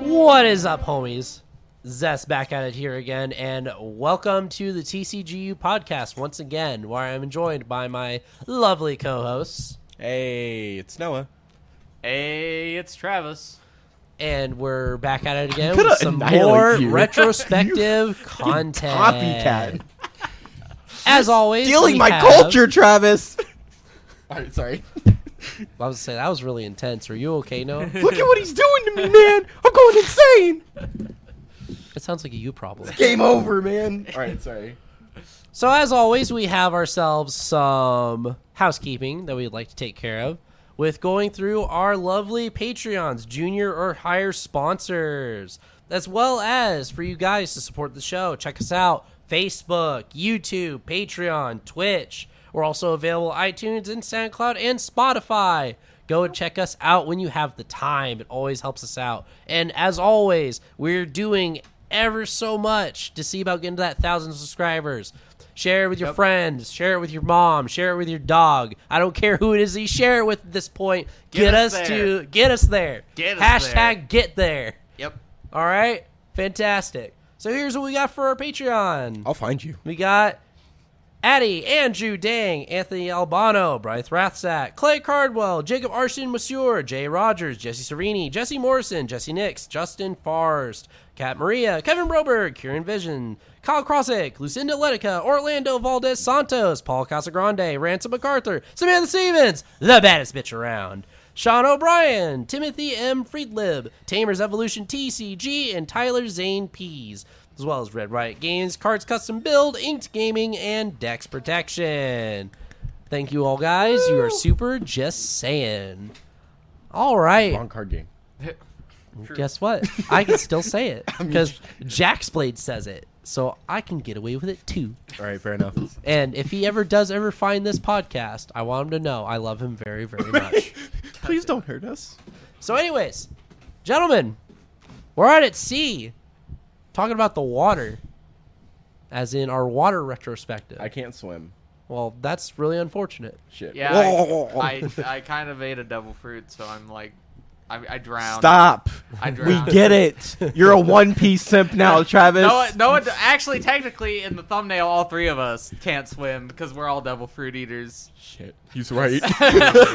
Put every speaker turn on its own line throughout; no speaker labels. What is up, homies? Zest back at it here again, and welcome to the TCGU podcast once again, where I'm joined by my lovely co hosts,
Hey, it's Noah.
Hey, it's Travis.
and we're back at it again
Coulda
with some
annihilate
more
you.
retrospective content.
Copycat.
As always,
Stealing
we
my
have-
culture, Travis. All right, sorry.
I was saying that was really intense. Are you okay, Noah?
Look at what he's doing to me, man. I'm going insane.
it sounds like a you problem.
Game over, man. All right, sorry.
So, as always, we have ourselves some housekeeping that we'd like to take care of with going through our lovely Patreons, junior or higher sponsors, as well as for you guys to support the show. Check us out Facebook, YouTube, Patreon, Twitch. We're also available iTunes and SoundCloud and Spotify. Go and check us out when you have the time. It always helps us out. And as always, we're doing ever so much to see about getting to that thousand subscribers. Share it with your friends. Share it with your mom. Share it with your dog. I don't care who it is. You share it with at this point. Get,
Get
us,
us
to get us there.
Get us
Hashtag
there.
get there.
Yep.
All right, fantastic. So here's what we got for our Patreon.
I'll find you.
We got Addy, Andrew Dang, Anthony Albano, Bryce Rathsack, Clay Cardwell, Jacob Arshin Masseur, Jay Rogers, Jesse Serini, Jesse Morrison, Jesse Nix, Justin Farst, Kat Maria, Kevin Broberg, Kieran Vision, Kyle Krosick, Lucinda Letica, Orlando Valdez Santos, Paul Casagrande, Ransom MacArthur, Samantha Stevens, the baddest bitch around. Sean O'Brien, Timothy M. Friedlib, Tamers Evolution TCG, and Tyler Zane Pease, as well as Red Riot Games, Cards Custom Build, Inked Gaming, and Dex Protection. Thank you all guys. You are super just saying. All right.
Wrong card game.
Guess what? I can still say it because Jack's Blade says it. So I can get away with it too.
All right, fair enough.
And if he ever does ever find this podcast, I want him to know I love him very, very much.
Please don't hurt us.
So, anyways, gentlemen, we're out at sea, talking about the water, as in our water retrospective.
I can't swim.
well, that's really unfortunate.
Shit.
Yeah,
Whoa.
I, I, I kind of ate a devil fruit, so I'm like, I, I drowned.
Stop.
I
We
drowned.
get it. You're a One Piece simp now, Travis.
No, no. one- Actually, technically, in the thumbnail, all three of us can't swim because we're all devil fruit eaters.
Shit. He's right.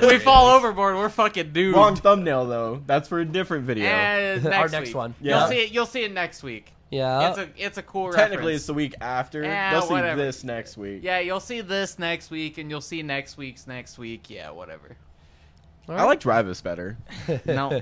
we fall overboard. We're fucking doomed.
Wrong thumbnail though. That's for a different video.
And next
Our next
week.
one. Uh,
Yeah.
You'll see it. You'll see it next week.
Yeah.
It's a it's a cool
Technically,
reference.
it's the week after.
Eh,
They'll see
whatever.
this next week.
yeah, you'll see this next week, and you'll see next week's next week. Yeah, whatever.
I like Travis better.
No,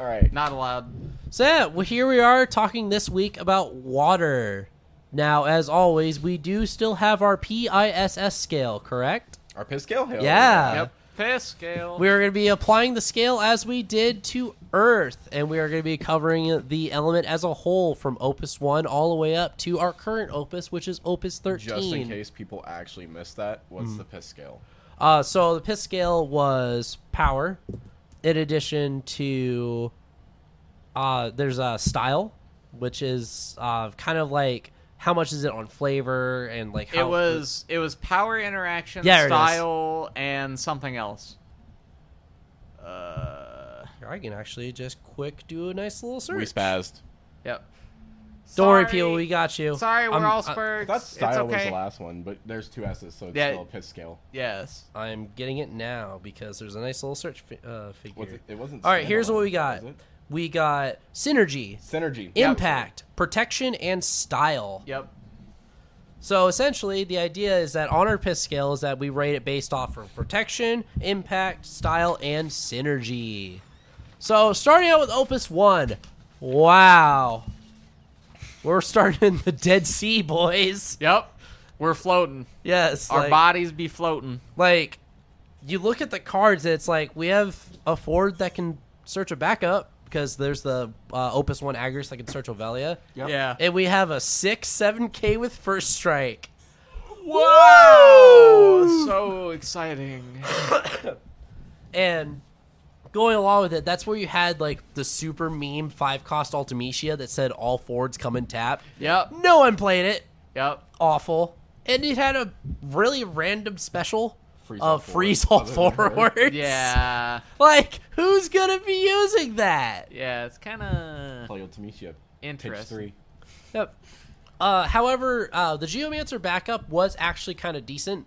All right.
not allowed.
So yeah, well, here we are talking this week about water. Now, as always, we do still have our PISS scale, correct?
Our piss scale? Hell
Yeah.
Yep. Piss scale.
Uh, We are going to be applying the scale as we did to Earth, and we are going to be covering the element as a whole from Opus 1 all the way up to our current Opus, which is Opus 13.
Just in case people actually missed that, what's
Hmm.
the piss scale?
Uh, so the piss scale was power, in addition to uh, there's a style, which is uh, kind of like how much is it on flavor and like how
It was it was power interaction
Yeah, it is.
style and something else. Uh,
Here, I can actually just quick do a nice little search.
We spazzed.
yep.
Don't worry,
Sorry.
people, we got you.
Sorry, we're
I'm-
all
I-
spurs.
That style
it's okay.
was the last one, but there's two S's, so it's
Yeah.
still a piss scale.
Yes.
I'm getting it now because there's a nice little search fi- uh, figure.
What's it? it wasn't.
All right, here's what we
standalone,
got.
was it?
We got synergy,
Synergy.
impact, protection, and style.
Yep.
So essentially, the idea is that on our piss scale is that we rate it based off of protection, impact, style, and synergy. So starting out with Opus One, wow, we're starting in the Dead Sea, boys.
Yep. We're floating.
Yes,
Our
like-
bodies be floating.
like you look at the cards and it's like we have a ford that can search a backup because there's the uh, opus 1 agris that can search ovelia
Yep.
Yeah.
and we have a 6 7k with first strike
Whoa! So exciting.
and going along with it that's where you had like the super meme 5 cost ultimecia that said all fords come and tap
Yep.
no one played it
Yep.
awful and it had a really random special
Freeze all
of freeze all
forward, other than forward.
forwards.
Yeah.
Like, who's going to be using that?
Yeah, it's kind of
Playo Tamisha. Pitch
interesting.
three.
Yep. Uh, however, uh, the Geomancer backup was actually kind of decent.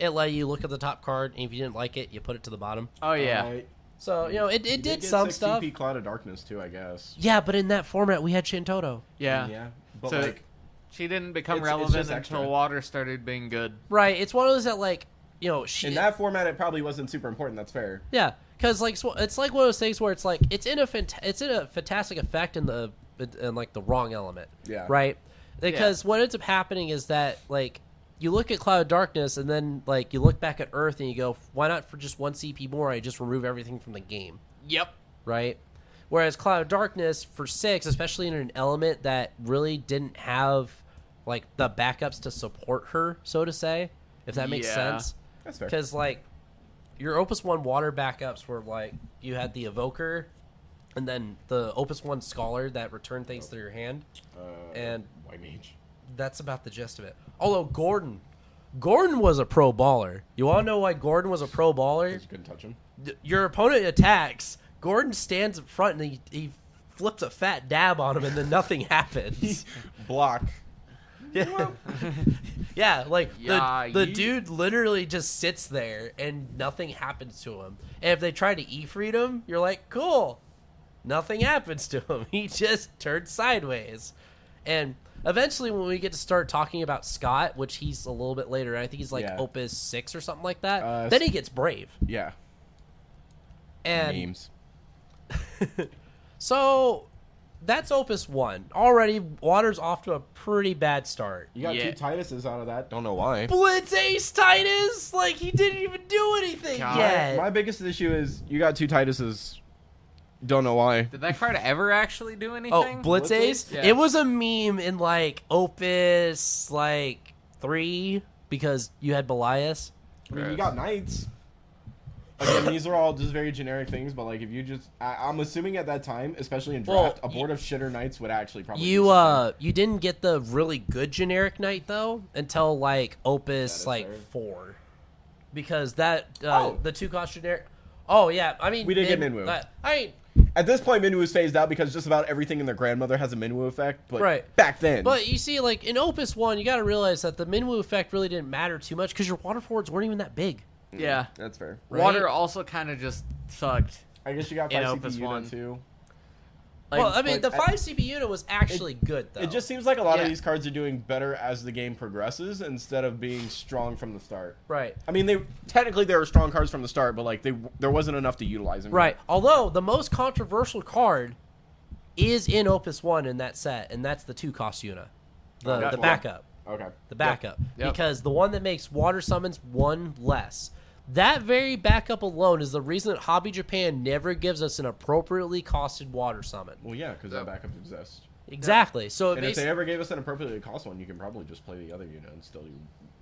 It let you look at the top card, and if you didn't like it, you put it to the bottom.
Oh yeah.
Alright.
So, you know, it, it
You
did
get
some
6
stuff.
CP Cloud of Darkness too, I guess.
Yeah, but in that format, we had Shantotto.
yeah,
Yeah. But
So-
like,
She didn't become
It's- it's
relevant
just
until
extra.
water started being good.
Right. It's one of those that, like, you know, she.
in that format, it probably wasn't super important. That's fair.
Yeah, because like sw- it's like one of those things where it's like it's in a fant- it's in a fantastic effect in the in like the wrong element.
Yeah.
Right. Because what ends up happening is that like you look at cloud of darkness and then like you look back at Earth and you go, why not for just one CP more? I just remove everything from the game,
Yep.
right? Whereas cloud of darkness for six, especially in an element that really didn't have like the backups to support her, so to say, if that makes
Yeah.
sense
That's fair.
because like your opus one water backups were like you had the evoker and then the opus one scholar that returned things to your hand
Uh,
and-
White Mage.
that's about the gist of it although gordon gordon was a pro baller you all know why gordon was a pro baller
Because you couldn't touch him.
Th- your opponent attacks gordon stands up front and he, he flips a fat dab on him and then nothing happens
Block.
yeah. Yeah, like
Yeah,
the, the
you-
dude literally just sits there and nothing happens to him. And if they try to e freedom, you're like, cool, nothing happens to him. He just turns sideways. And eventually, when we get to start talking about Scott, which he's a little bit later, I think he's like
Yeah.
Opus six or something like that.
Uh,
then he gets brave.
Yeah.
And
Memes.
so that's Opus one. Already, Water's off to a pretty bad start.
You got
Yeah.
two Tituses out of that. Don't know why.
Blitz Ace Titus, like he didn't even do anything
God.
yet.
My biggest issue is you got two Tituses. Don't know why.
Did that card ever actually do anything?
Oh, Blitz Ace?
Yeah.
It was a meme in like Opus like three because you had Belias.
I mean, you got knights. Again, these are all just very generic things, but like if you just, I, I'm assuming at that time, especially in
Well,
draft, a board of shitter knights would actually probably.
You
do something.
uh you didn't get the really good generic knight though until like
That
Opus
is
like
fair.
four. Because that uh
Oh.
the two cost generic Oh yeah, I mean
We didn't get
Min-
Minwu.
that- I mean
at this point, Minwu is phased out because just about everything in their grandmother has a Minwu effect. But
Right.
back then,
But you see, like in Opus One, you got to realize that the Minwu effect really didn't matter too much because your water forwards weren't even that big.
yeah.
that's fair.
Right?
Water also kind of just sucked.
I guess you got
In
five
Opus
CPU one.
one.
too.
Like,
well, I mean, the
but I-
five CB unit was actually good though.
It just seems like a lot of
Yeah.
these cards are doing better as the game progresses instead of being strong from the start.
right,
I mean, they technically they were strong cards from the start, but like they there wasn't enough to utilize them.
right. Although the most controversial card is in Opus One in that set, and that's the two cost unit, the
Oh, that's
the
one.
backup,
Okay.
the backup,
Yep.
because the one that makes water summons one less. That very backup alone is the reason that Hobby Japan never gives us an appropriately costed water summon.
Well, yeah, because
Yeah.
that backup exists.
Exactly. So it
And if
makes
they ever gave us an appropriately cost one, you can probably just play the other unit and still do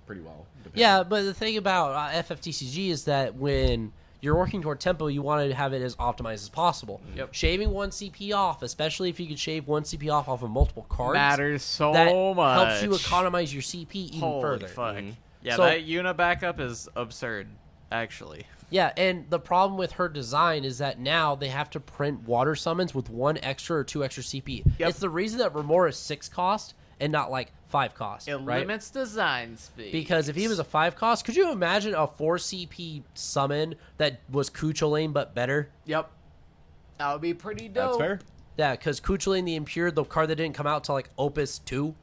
pretty well. depending.
Yeah, but the thing about uh, FFTCG is that when you're working toward tempo, you want to have it as optimized as possible.
Mm-hmm. Yep.
Shaving one CP off, especially if you could shave one CP off off of multiple cards,
Matters so
that
much.
helps you economize your CP even
Holy
further. Mm-hmm.
fuck. Mm-hmm. Yeah,
So-
that unit backup is absurd, actually.
Yeah, and the problem with her design is that now they have to print water summons with one extra or two extra CP.
Yep.
It's the reason that Remora is six cost and not like five cost.
It
right?
limits design speed.
Because if he was a five cost, could you imagine a four CP summon that was Kuchulain but better?
Yep. That would be pretty
that's
dope.
fair.
Yeah, because Kuchulain the Impure, the card that didn't come out till like Opus two,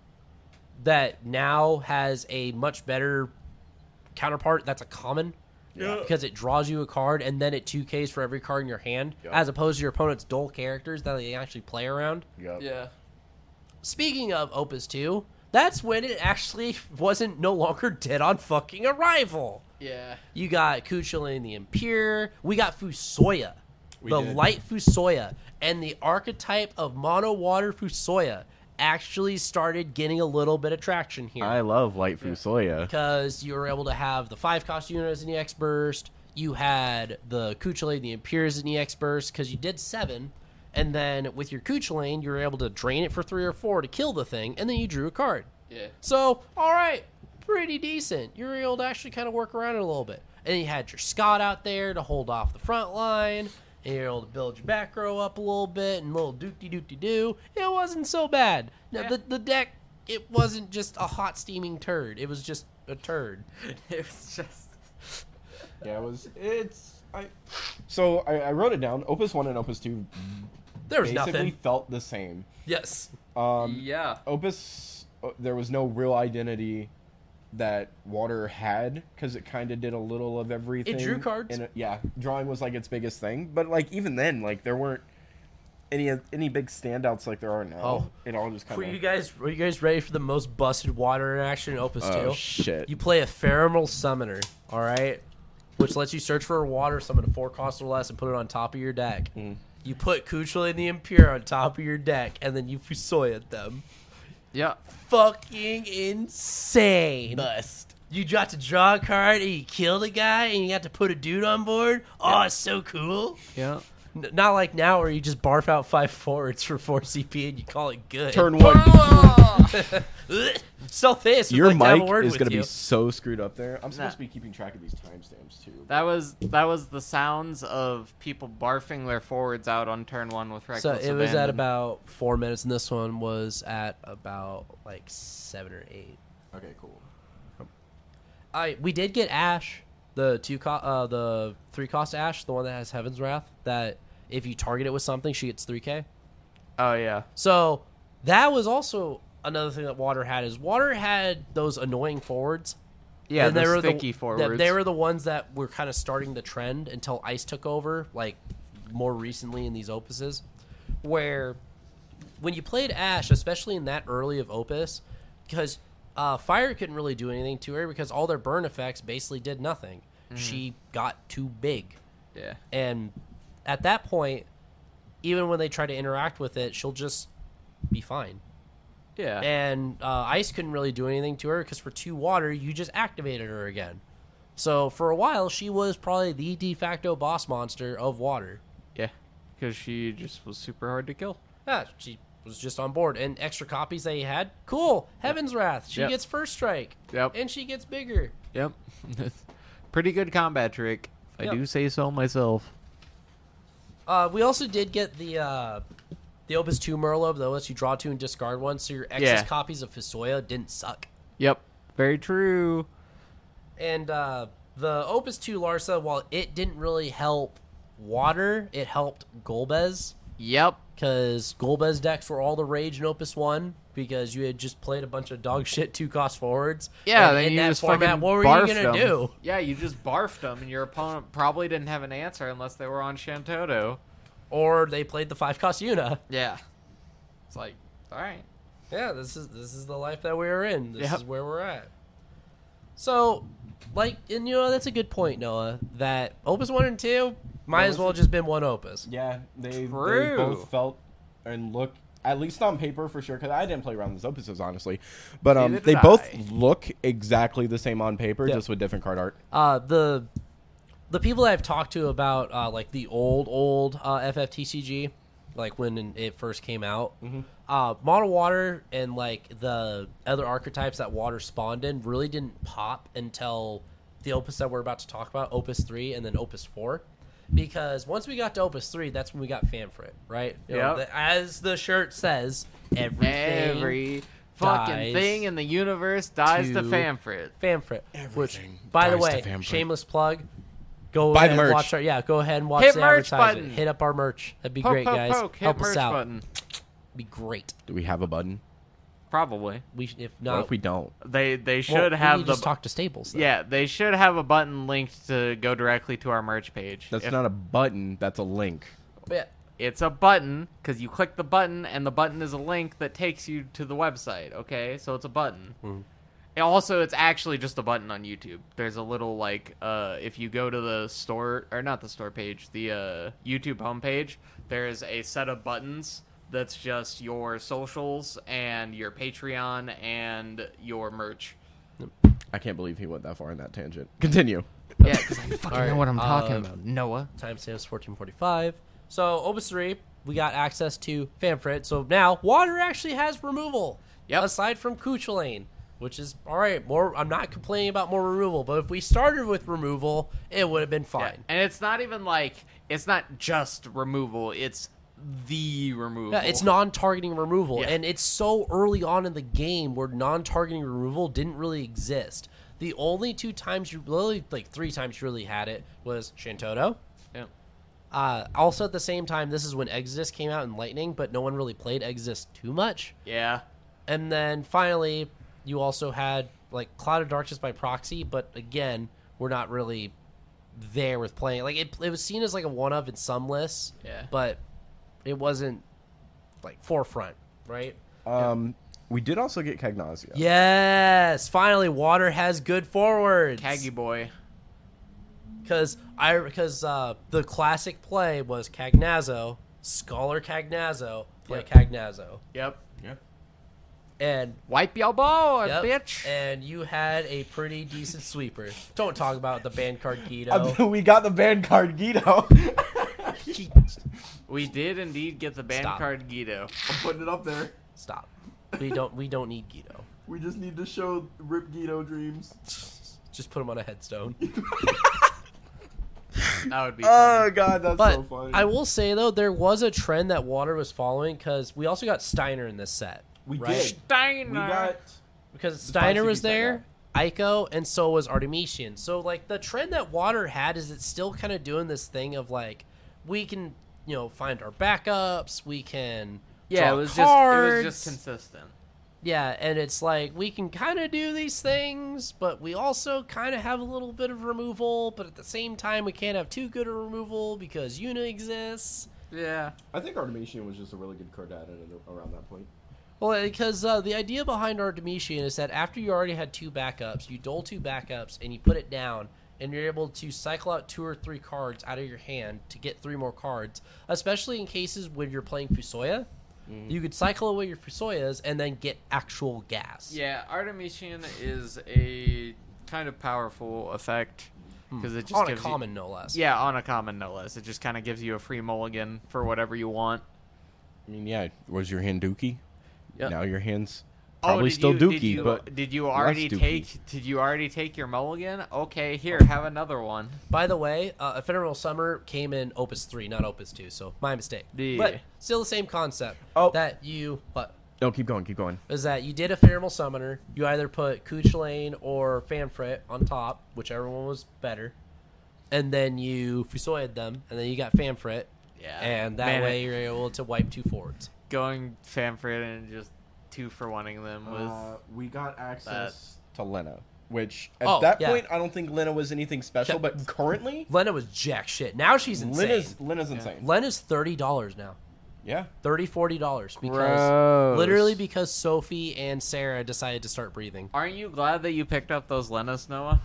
that now has a much better counterpart. That's a common.
Yeah.
Because it draws you a card and then it two Ks for every card in your hand,
Yup.
as opposed to your opponent's dull characters that they actually play around.
Yep.
Yeah.
Speaking of Opus two, that's when it actually wasn't no longer dead on fucking arrival.
Yeah.
You got Kuchulain the Impure. We got Fusoya,
We
the
did.
light Fusoya, and the archetype of mono water Fusoya actually started getting a little bit of traction here
love Light Fusoya.
because you were able to have the five cost unit as an EX burst. You had the Kuchulain the Impure as an EX burst because you did seven. And then with your Kuchulain, you were able to drain it for three or four to kill the thing, and then you drew a card.
Yeah.
So, all right, pretty decent. You were able to actually kind of work around it a little bit. And you had your Scott out there to hold off the front line. And you're able to build your back row up a little bit and little doopty doopty doo. It wasn't so bad. Now,
Yeah.
the, the deck, it wasn't just a hot steaming turd. It was just a turd.
It was just.
Yeah, it was. It's. I. So I, I wrote it down. Opus one and Opus two
There was
basically
nothing.
felt the same.
Yes.
Um,
yeah.
Opus, uh, there was no real identity that Water had because it kind of did a little of everything.
drew cards.
And it- yeah, drawing was like its biggest thing. But like even then, like there weren't any any big standouts like there are now.
Oh.
it all just kind
Were you
of.
guys were you guys ready for the most busted water interaction in Opus Two?
Oh, shit!
You play a Pheromal Summoner, all right, which lets you search for a water summon at four costs or less and put it on top of your deck.
Mm.
You put Kuchel and the Impure on top of your deck, and then you Fusoy at them.
Yeah.
Fucking insane!
Bust.
You got to draw a card and you killed a guy and you got to put a dude on board. Oh, it's so cool!
Yeah.
N- not like now where you just barf out five forwards for four CP and you call it good.
Turn one.
Self-Ace would
Your
like to have a word
mic is
with
gonna
you.
be so screwed up there. I'm supposed
Nah.
to be keeping track of these timestamps too.
That was that was the sounds of people barfing their forwards out on turn one with reckless
So it was at
abandon.
about four minutes, and this one was at about like seven or eight.
Okay, cool.
I we did get Ash, the two co- uh, the three cost Ash, the one that has Heaven's Wrath. That if you target it with something, she gets three K.
Oh yeah.
So that was also another thing that Water had is Water had those annoying forwards.
Yeah.
And
the
they were
sticky
the,
forwards.
that- They were the ones that were kind of starting the trend until Ice took over, like more recently in these opuses, where when you played Ash, especially in that early of opus, because uh, Fire couldn't really do anything to her because all their burn effects basically did nothing.
Mm-hmm.
She got too big,
yeah.
and at that point, even when they try to interact with it, she'll just be fine
Yeah.
and uh, ice couldn't really do anything to her because for two water you just activated her again so for a while she was probably the de facto boss monster of water
yeah. Because she just was super hard to kill.
yeah Ah, she was just on board and extra copies that he had cool heaven's wrath she
Yep.
gets first strike
Yep.
and she gets bigger
Yep. Pretty good combat trick. I
Yep.
do say so myself.
uh, we also did get the uh, the opus 2 merlob that lets you draw two and discard one so your excess
Yeah.
copies of Fisoya didn't suck
Yep. Very true.
and uh, the opus 2 larsa while it didn't really help water it helped golbez
Yep.
because Golbez decks were all the rage in Opus One because you had just played a bunch of dog shit two cost forwards.
Yeah,
and
then
in
you
that
just
format,
fucking
what were
barfed
you gonna
them.
do?
Yeah, you just barfed them, and your opponent probably didn't have an answer unless they were on Shantoto.
Or they played the five cost Yuna.
Yeah. It's like, all right.
Yeah, this is this is the life that we are in. This
Yep.
is where we're at. So, like, and you know that's a good point, Noah. That Opus One and Two might
That
as
was-
well just been one Opus.
Yeah, they, they
True.
both felt and look at least on paper for sure. Because I didn't play around these opuses honestly, but um,
Neither
they
did
both
I.
look exactly the same on paper,
Yeah.
just with different card art.
Uh, the the people I've talked to about uh, like the old old uh, FFTCG, like when it first came out, uh, Model Water and like the other archetypes that Water spawned in really didn't pop until the Opus that we're about to talk about, Opus three, and then Opus four. Because once we got to Opus three, that's when we got Fanfrit, right? You know,
Yep.
the- as the shirt says, everything
Every fucking
dies
thing in the universe dies to
to-
Famfrit.
Fanfrit. Which,
Everything
by the
dies to
way,
Fanfrit.
shameless plug. Go
Buy the
ahead and
merch.
watch our yeah. Go ahead and watch
Hit
the
merch
advertisement.
button.
Hit up our merch. That'd be
Poke,
great,
poke,
guys.
poke. Hit
Help us
merch
out.
button.
Be great.
Do we have a button?
Probably.
We sh- if
What
Oh.
not,
if we don't?
They they
well,
should
we
have
need to
the
just talk to Stables. then.
yeah they should have a button linked to go directly to our merch page.
That's
If-
not a button. That's a link.
yeah.
It's a button because you click the button, and the button is a link that takes you to the website. Okay, so it's a button.
Mm-hmm.
And also, it's actually just a button on YouTube. There's a little like, uh, if you go to the store or not the store page, the uh, YouTube homepage, there is a set of buttons that's just your socials and your Patreon and your merch.
I can't believe he went that far in that tangent. Continue.
Yeah, because I fucking
Alright,
know what I'm talking
uh,
about, Noah.
Timestamps fourteen forty five. So Opus three, we got access to Fanfrit. So now water actually has removal.
Yep.
Aside from Kuchelane, which is all right. More, I'm not complaining about more removal, but if we started with removal, it would have been
Yeah.
fine.
And it's not even like it's not just removal, it's the removal.
Yeah, it's non-targeting removal,
Yeah.
and it's so early on in the game where non-targeting removal didn't really exist. The only two times you really, like three times you really had it was Shintoto.
Yeah.
Uh, also at the same time, this is when Exodus came out in Lightning, but no one really played Exodus too much.
Yeah.
And then finally, you also had like Cloud of Darkness by proxy, but again, we're not really there with playing. Like it, it was seen as like a one of in some lists,
Yeah.
but it wasn't like forefront, right?
Um, we did also get Cagnasia.
Yes, finally, water has good forwards.
Caggy boy.
because I because uh, the classic play was Cagnazzo, Scholar Cagnazzo, play
Yep.
Cagnazzo,
Yep.
Yeah.
and
Wipe your ball,
Yep.
bitch.
And you had a pretty decent sweeper. Don't talk about the band card Guido.
Uh, we got the band card Guido.
we did indeed get the band
Stop.
card Guido.
I'm putting it up there.
Stop. We don't. We don't need Guido.
We just need to show Rip Guido dreams.
Just put him on a headstone.
That would be
Oh
funny.
god, that's
But
so funny.
I will say though, there was a trend that Water was following because we also got Steiner in this set.
we
right?
did.
Steiner.
We got.
because Steiner
Bicycle
was there,
Steiner.
Aiko, and so was Artemisian. So like the trend that Water had is it's still kind of doing this thing of like we can you know find our backups, we can
yeah,
draw
it was just it was
cards.
just consistent.
yeah, and it's like we can kind of do these things, but we also kind of have a little bit of removal, but at the same time we can't have too good a removal because Yuna exists.
Yeah.
I think Artemisian was just a really good card to add in around that point.
Well, because uh, the idea behind Artemisian is that after you already had two backups, you dole two backups and you put it down, and you're able to cycle out two or three cards out of your hand to get three more cards, especially in cases when you're playing Fusoya. You could cycle away your Fusoyas and then get actual gas.
Yeah, Artemisian is a kind of powerful effect because it just
Hmm. on a
gives you-
common, no less.
yeah, on a common no less. It just kind of gives you a free mulligan for whatever you want.
I mean, yeah, was your hand dookie?
Yeah.
Now your hand's
oh,
probably
did
still
you,
dookie,
did you,
but
did you already
dookie. Oh.
take? Did you already take your mulligan? Okay, here, have another one.
By the way, uh, Ephemeral Summer came in Opus 3, not Opus 2, so my mistake.
Yeah.
But still the same concept.
Oh.
That you. What?
no, keep going, keep going.
is that you did a Feral Summoner. You either put Kuchlain or Fanfret on top, whichever one was better. And then you Fusoyed them, and then you got Fanfret.
Yeah.
And that
Man,
way
it-
you're able to wipe two forwards.
Going Famfred and just two for wanting them was
Uh, we got access to Lena, which at
Oh,
that
yeah.
point I don't think Lena was anything special,
Yeah.
but currently
Lena was jack shit. Now she's insane.
Lena's Lena's insane.
Lena's thirty dollars now.
Yeah.
30 40 dollars because
Gross.
literally because Sophie and Sarah decided to start breathing.
Aren't you glad that you picked up those Lenas, Noah?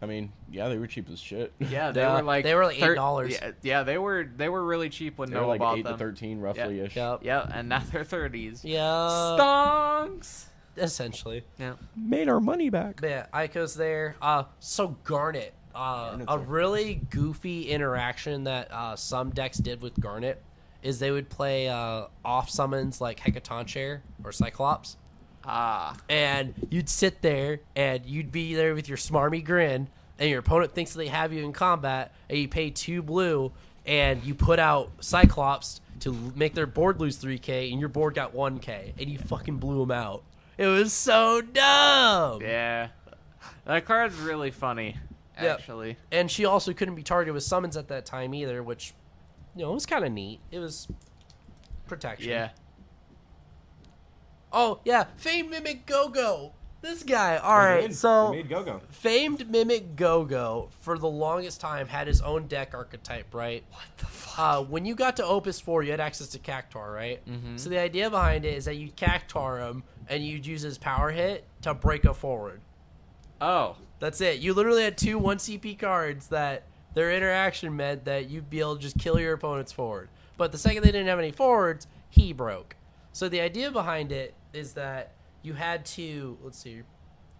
I mean, yeah, they were cheap as shit.
Yeah, they
Yeah,
were like
they were like
thir-
$8.
Yeah, yeah, they were they were really cheap when
They
Noah
were like
bought
eight
them.
to thirteen roughly ish.
Yep.
Yeah, and now they're thirties.
Yeah.
Stonks.
Essentially.
Yeah.
Made our money back.
But yeah, Aiko's there. Uh, so Garnet, uh,
Garnet's
a
there.
really goofy interaction that uh, some decks did with Garnet is they would play uh, off summons like Hecaton Chair or Cyclops,
Ah.
and you'd sit there and you'd be there with your smarmy grin, and your opponent thinks they have you in combat, and you pay two blue, and you put out Cyclops to l- make their board lose 3k, and your board got 1k, and you fucking blew them out. It was so dumb.
Yeah. That card's really funny,
Yep.
actually.
and she also couldn't be targeted with summons at that time either, which you know was kind of neat. It was protection.
Yeah.
Oh yeah, famed mimic Gogo. This guy. All right. so
made go go.
famed mimic Gogo for the longest time had his own deck archetype, right? What the fuck? Uh, when you got to Opus Four, you had access to Cactuar, right? So the idea behind it is that you'd Cactuar him and you'd use his power hit to break a forward.
Oh.
That's it. You literally had two one CP cards that their interaction meant that you'd be able to just kill your opponent's forward. But the second they didn't have any forwards, he broke. So the idea behind it is that you had to let's see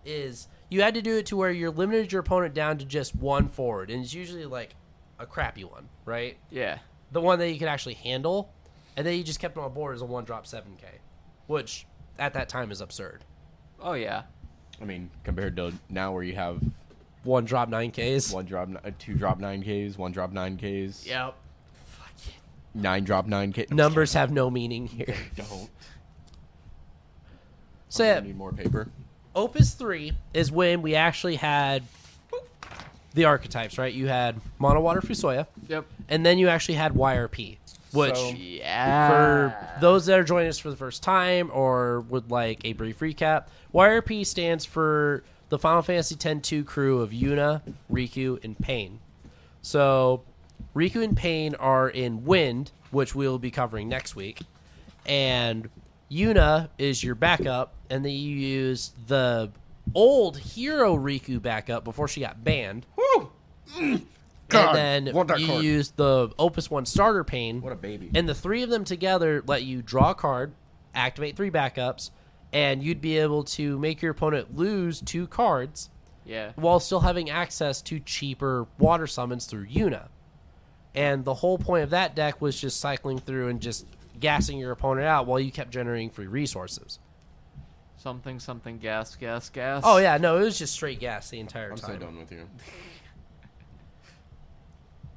is you had to do it to where you limited your opponent down to just one forward, and it's usually like a crappy one, right?
Yeah.
the one that you could actually handle, and then you just kept him on board as a one drop seven K, which at that time is absurd.
Oh yeah.
I mean, compared to now where you have
One drop nine Ks.
one drop, ni- uh, two drop nine Ks, one drop nine Ks,
Yep.
nine drop nine Ks.
Numbers have no meaning here.
Don't.
So
I
yeah,
need more paper.
Opus three is when we actually had the archetypes, right? You had mono water Fusoya,
Yep.
and then you actually had YRP, which
So-
Yeah.
for those that are joining us for the first time or would like a brief recap, YRP stands for the Final Fantasy X-2 crew of Yuna, Riku, and Pain. So Riku and Pain are in Wind, which we'll be covering next week, and Yuna is your backup, and then you use the old hero Riku backup before she got banned.
Woo! Mm. God,
and then
want that
you
card.
use the Opus One starter pane.
What a baby.
And the three of them together let you draw a card, activate three backups, and you'd be able to make your opponent lose two cards
yeah.
while still having access to cheaper water summons through Yuna. And the whole point of that deck was just cycling through and just gassing your opponent out while you kept generating free resources.
Something, something, gas, gas, gas.
Oh yeah, no, it was just straight gas the entire
I'm
time.
so done with you.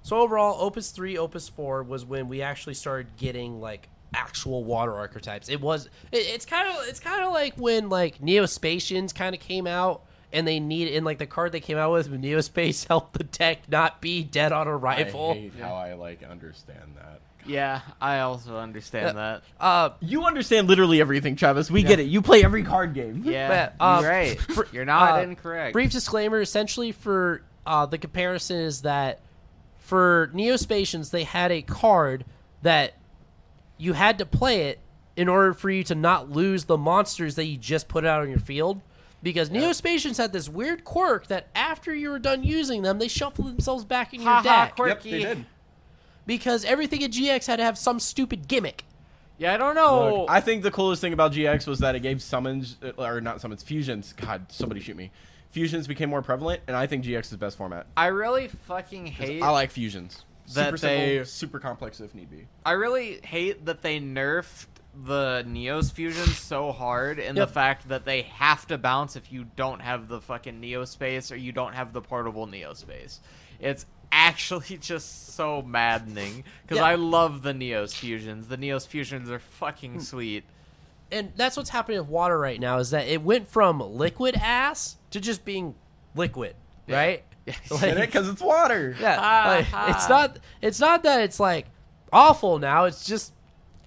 So overall, Opus three, Opus four was when we actually started getting like actual water archetypes. It was it, it's kind of it's kind of like when like Neospatians kind of came out and they need in like the card they came out with Neospace helped the deck not be dead on
I
arrival.
hate how I like understand that.
Yeah, I also understand that.
uh,
You understand literally everything, Travis. We get it. You play every card game.
Yeah,
But, um,
you're right.
br-
You're not
uh,
incorrect.
Brief disclaimer essentially for uh, the comparison is that for Neospatians, they had a card that you had to play it in order for you to not lose the monsters that you just put out on your field. Because Neospatians had this weird quirk that after you were done using them, they shuffled themselves back in your
Ha ha,
deck.
Yep,
quirky.
they did.
because everything in GX had to have some stupid gimmick.
Yeah, I don't know.
I think the coolest thing about GX was that it gave summons, uh, or not summons, fusions. God, somebody shoot me. Fusions became more prevalent, and I think GX is the best format.
I really fucking hate.
I like fusions.
That
super
they-
simple, super complex if need be.
I really hate that they nerfed the Neos fusion so hard and
Yep.
the fact that they have to bounce if you don't have the fucking Neo space or you don't have the portable Neo space. It's actually just so maddening because
Yeah.
I love the Neos fusions. The Neos fusions are
Hmm.
fucking sweet.
and that's what's happening with water right now is that it went from liquid ass to just being liquid, right?
Get it?
Like,
Because it's water.
yeah, like,
Ha,
it's
ha.
not. It's not that it's like awful now. It's just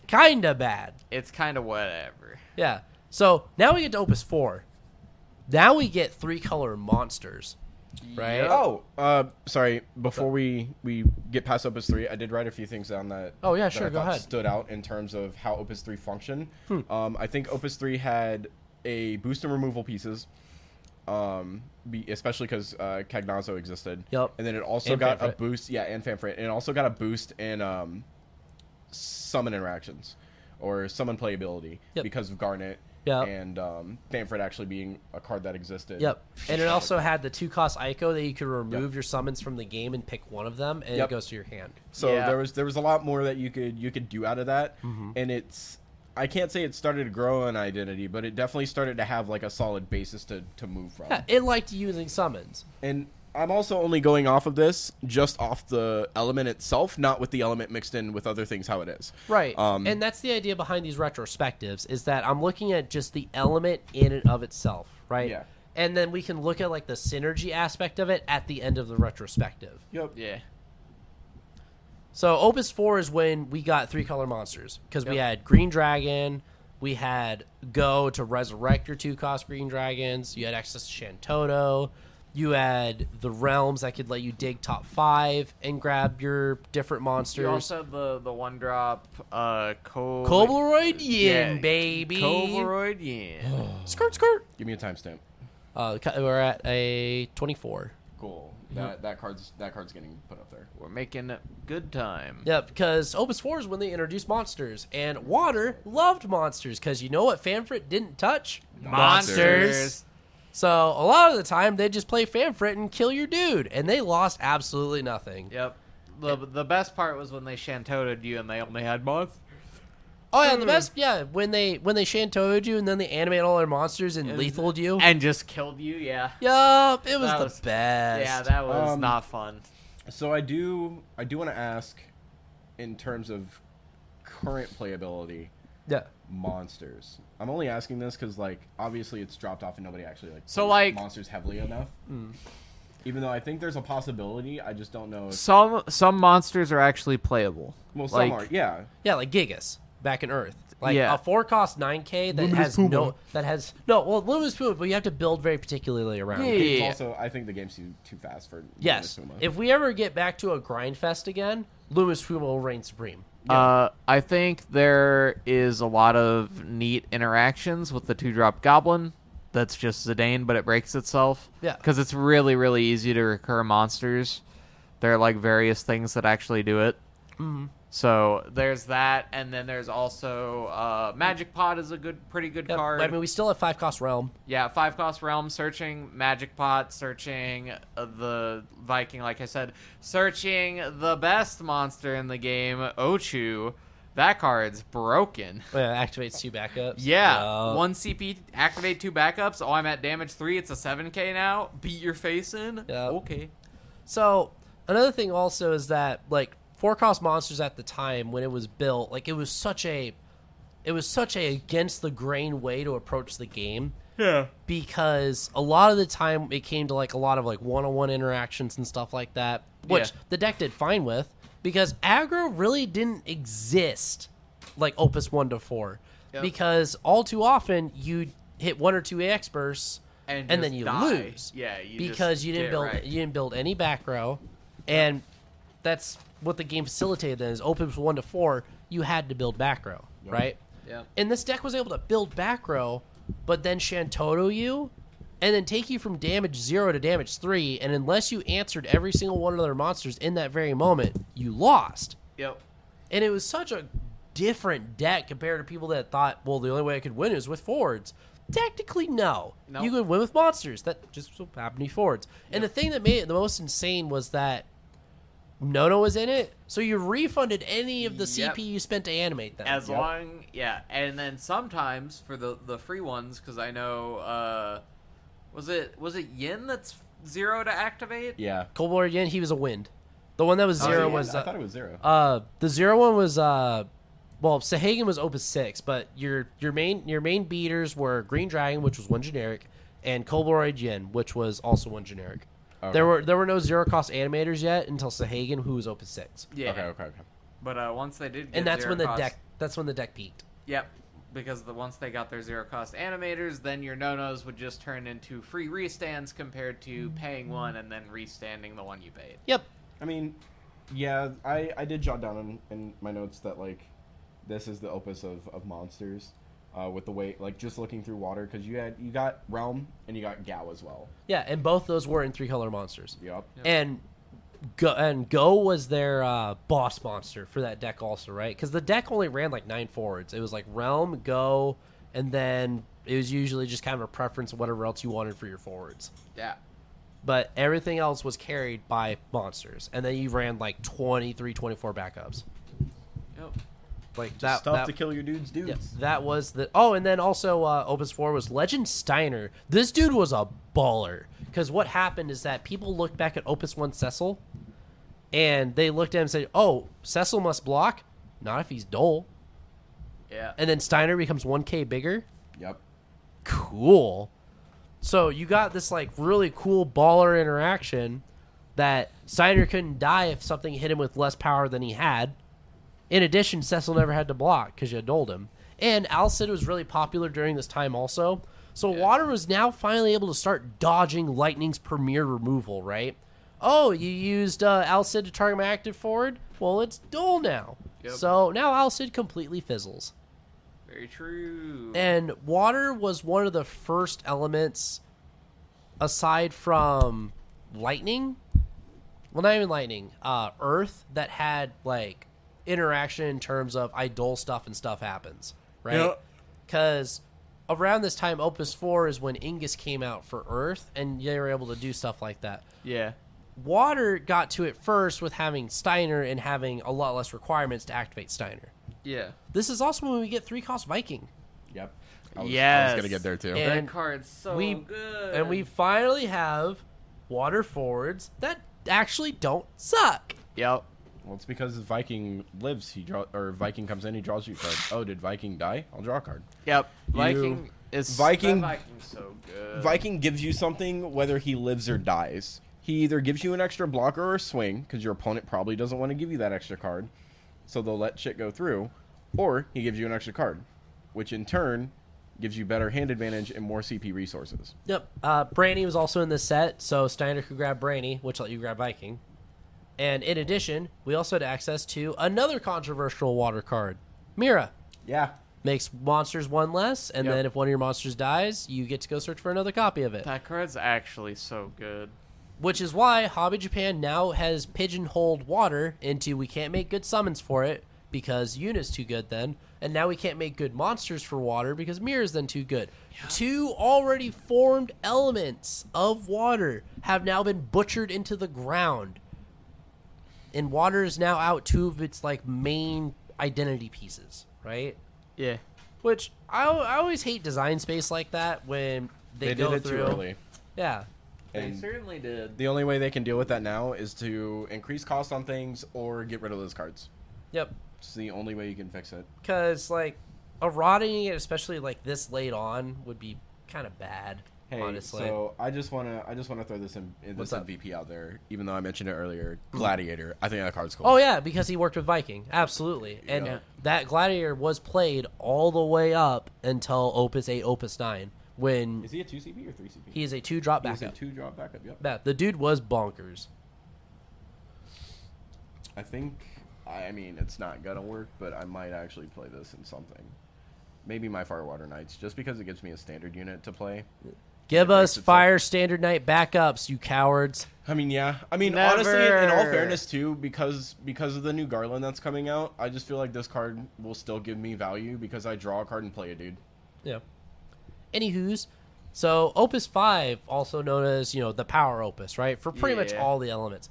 kind of bad.
It's kind of whatever.
Yeah. So now we get to Opus Four. Now we get three color monsters, right?
Yep.
Oh, uh, sorry. Before we we get past Opus three, I did write a few things down that.
Oh, yeah,
that
sure,
I
go
thought
ahead. Hmm.
Stood out in terms of how Opus three functioned. Um, I think Opus three had a boost and removal pieces. Um, be, especially because uh, Cagnazzo existed.
Yup.
And then it also
And
got
Fanfret.
a boost. Yeah, and Fanfret. And it also got a boost in um, summon interactions or summon playability
Yep.
because of Garnet.
Yup.
And um, Fanfret actually being a card that existed.
Yep. And it also had the two cost Ico that you could remove your summons from the game and pick one of them, and
Yep.
it goes to your hand.
So
Yeah.
there was there was a lot more that you could you could do out of that, and it's I can't say it started to grow an identity, but it definitely started to have like a solid basis to to move from.
Yeah, it liked using summons.
And I'm also only going off of this just off the element itself, not with the element mixed in with other things how it is.
Right.
Um,
and that's the idea behind these retrospectives is that I'm looking at just the element in and of itself, right?
Yeah.
And then we can look at like the synergy aspect of it at the end of the retrospective.
Yep.
Yeah.
So Opus 4 is when we got three color monsters because we
Yep.
had Green Dragon, we had Go to resurrect your two cost Green Dragons, you had access to Shantoto, you had the realms that could let you dig top five and grab your different monsters.
You also have the, the one drop uh Col-
Kobleroid
Yeah,
Yin, baby.
Kobleroid Yin.
Skirt, skirt.
Give me a timestamp.
Uh, cu- we're at a 24.
Cool. That that card's that card's getting put up there.
We're making good time.
Yep, because Opus 4 is when they introduced monsters, and Water loved monsters, because you know what Fanfrit didn't touch?
Monsters.
So a lot of the time, they just play Fanfrit and kill your dude, and they lost absolutely nothing.
Yep. The the best part was when they shantotted you and they only had monsters.
Oh yeah, the best. Yeah, when they when they shantoed you and then they animate all their monsters and, lethaled you.
and just killed you. Yeah,
yup, it was
That
the
was-
best.
yeah, that was
Um,
not fun.
So I do I do want to ask, in terms of current playability,
yeah.
monsters. I'm only asking this because like obviously it's dropped off and nobody actually like
So,
plays
like-
monsters heavily enough. Even though I think there's a possibility, I just don't know. If,
Some some monsters are actually playable.
well, some
like,
are, yeah.
Yeah, like Gigas back in Earth. Like
Yeah.
a four cost nine K that has no that has no well Luminous Puma, but you have to build very particularly around.
Yeah,
it.
It's
yeah.
Also, I think the game's too too fast for
Yes.
Monotuma.
If we ever get back to a grind fest again, Luminous Puma will reign supreme.
Uh, I think there is a lot of neat interactions with the two drop goblin. That's just Zidane, but it breaks itself.
Yeah.
Because it's really, really easy to recur monsters. There are like various things that actually do it. Mm-hmm. So there's that, and then there's also uh, Magic Pod is a good, pretty good
Yep.
card.
I mean, we still have five cost realm.
Yeah, five cost realm searching magic pot, searching uh, the Viking. Like I said, searching the best monster in the game, Ochu. That card's broken.
Oh, yeah, activates two backups. Um,
Yeah,
Yup.
one CP, activate two backups. Oh, I'm at damage three. It's a seven K now. Beat your face in.
Yep.
Okay.
So another thing also is that like four cost monsters at the time when it was built, like it was such a it was such a against the grain way to approach the game
Yeah.
because a lot of the time it came to like a lot of like one on one interactions and stuff like that, which
Yeah.
the deck did fine with because aggro really didn't exist like Opus 1 to 4
Yep.
because all too often you hit one or two AX bursts
And
and then
just
you
die.
lose
Yeah, you just
because you didn't
get
build
wrecked.
you didn't build any back row and that's what the game facilitated then is Opus 1 to 4 you had to build back row right
Yep.
and this deck was able to build back row, but then Shantoto you, and then take you from damage zero to damage three. And unless you answered every single one of their monsters in that very moment, you lost.
Yep.
And it was such a different deck compared to people that thought, well, the only way I could win is with forwards. Technically, no.
No.
You could win with monsters. That just so happened to be forwards. And the thing that made it the most insane was that Nona was in it, so you refunded any of the
Yep.
CP you spent to animate them.
as
Yep.
long yeah and then sometimes for the the free ones because i know uh was it was it yin that's zero to activate
yeah.
Cold War Yin, he was a wind. The one that was
Oh,
zero
yeah,
was
I
uh,
thought it was zero.
uh the zero one was uh well Sahagan was Opus six, but your your main your main beaters were Green Dragon, which was one generic, and Colboroid Yin, which was also one generic.
Okay.
There were there were no zero cost animators yet until Sahagan, who was Opus six,
yeah
Okay. Okay. Okay.
but uh once they did get
and that's
zero
when the
cost-
deck that's when the deck peaked.
yep because the once they got their zero cost animators then your no-nos would just turn into free restands compared to paying one and then restanding the one you paid
Yep.
I mean, yeah, I, I did jot down in, in my notes that like this is the opus of, of monsters, uh, with the way like just looking through water because you had you got realm and you got Gao as well.
Yeah, and both those were in three color monsters.
Yep.
and go and go was their uh, boss monster for that deck also right because the deck only ran like nine forwards it was like realm go and then it was usually just kind of a preference of whatever else you wanted for your forwards
yeah
but everything else was carried by monsters and then you ran like 23 24 backups
yep
like
Just
that,
stuff
that
to kill your dudes, dudes.
yeah, that was the oh and then also uh opus 4 was legend steiner this dude was a baller because what happened is that people looked back at opus 1 cecil and they looked at him and said oh cecil must block not if he's dull
yeah
and then steiner becomes 1k bigger
Yep.
cool so you got this like really cool baller interaction that steiner couldn't die if something hit him with less power than he had in addition, Cecil never had to block because you had dulled him. And Alcid was really popular during this time also. So Water was now finally able to start dodging Lightning's premier removal, right? Oh, you used uh, Alcid to target my active forward? Well, it's dull now.
Yep.
So now Alcid completely fizzles.
very true
And water was one of the first elements, aside from lightning. Well, not even lightning. Uh, earth that had like interaction in terms of I dole stuff and stuff happens, right?
Yep.
Because around this time, Opus Four is when Ingus came out for Earth, and they were able to do stuff like that.
yeah
Water got to it first with having Steiner and having a lot less requirements to activate Steiner.
Yeah.
This is also when we get three cost Viking.
Yep.
I was, I
Yes.
was gonna get there too.
And-
that card's so
we-
good.
And we finally have water forwards that actually don't suck.
Yep.
Well, it's because Viking lives. He draw or Viking comes in. He draws you a card. Oh, did Viking die? I'll draw a card.
Yep. Viking is
Viking-
that Viking's so good.
Viking gives you something whether he lives or dies. He either gives you an extra blocker or a swing because your opponent probably doesn't want to give you that extra card, so they'll let shit go through, or he gives you an extra card, which in turn gives you better hand advantage and more CP resources.
Yep. Uh, Brainy was also in this set, so Steiner could grab Brainy, which let you grab Viking. And in addition, we also had access to another controversial water card, Mira.
Yeah.
Makes monsters one less, and
Yep.
then if one of your monsters dies, you get to go search for another copy of it.
That card's actually so good.
Which is why Hobby Japan now has pigeonholed water into we can't make good summons for it because Yuna's too good then, and now we can't make good monsters for water because Mira's then too good. Two already formed elements of water have now been butchered into the ground. And water is now out two of its like main identity pieces, right?
Yeah.
Which I, I always hate design space like that when they,
They,
go
did it
through.
too early.
Yeah.
They
And
certainly did.
the only way they can deal with that now is to increase cost on things or get rid of those cards.
Yep.
It's the only way you can fix it.
because like eroding it especially like this late on would be kind of bad
Hey,
honestly
so I just wanna I just wanna throw this in, in
What's
this
up? Hmm.
MVP out there, even though I mentioned it earlier. Gladiator, I think that card's cool.
oh yeah because he worked with viking absolutely and
Yeah.
that gladiator was played all the way up until opus 8 opus 9 when
Is he a two CP or three CP?
he is a two drop
He's
backup
a two drop backup. Yep.
yeah, the dude was bonkers
I think. I I mean, it's not gonna work, but I might actually play this in something. Maybe my Firewater Knights, just because it gives me a standard unit to play.
give us
it's a-
fire standard knight backups you cowards
I mean, yeah. I mean, honestly, in all
Never.
fairness, too, because because of the new Garland that's coming out, I just feel like this card will still give me value because I draw a card and play a dude.
yeah anywho's so opus 5 also known as you know the power opus right for pretty much
Yeah.
all the elements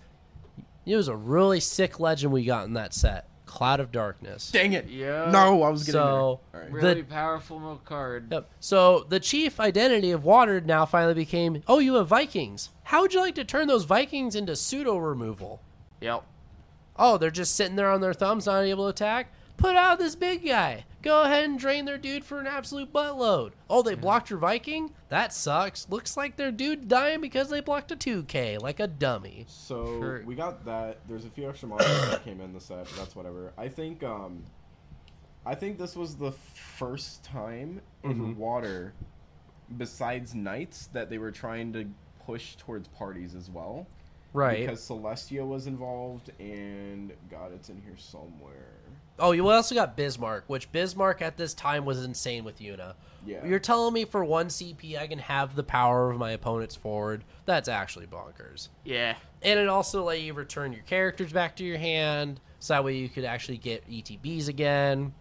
it was a really sick legend we got in that set cloud of darkness
Dang it!
Yeah.
No, I was getting
so
there. All right.
Really powerful mo- card.
yep. so the chief identity of water now finally became oh you have vikings how would you like to turn those vikings into pseudo removal
Yep.
oh they're just sitting there on their thumbs not able to attack put out this big guy go ahead and drain their dude for an absolute buttload oh they blocked your viking that sucks looks like their dude dying because they blocked a 2k like a dummy
So
Sure.
we got that. There's a few extra monsters that came in the set. but That's whatever. I think um, I think this was the first time in water, besides knights, that they were trying to push towards parties as well.
right
Because Celestia was involved, and God, it's in here somewhere.
Oh, you also got Bismarck, which Bismarck at this time was insane with Yuna.
Yeah.
You're telling me for one CP I can have the power of my opponent's forward? That's actually bonkers.
Yeah.
And it also let you return your characters back to your hand, so that way you could actually get ETBs again.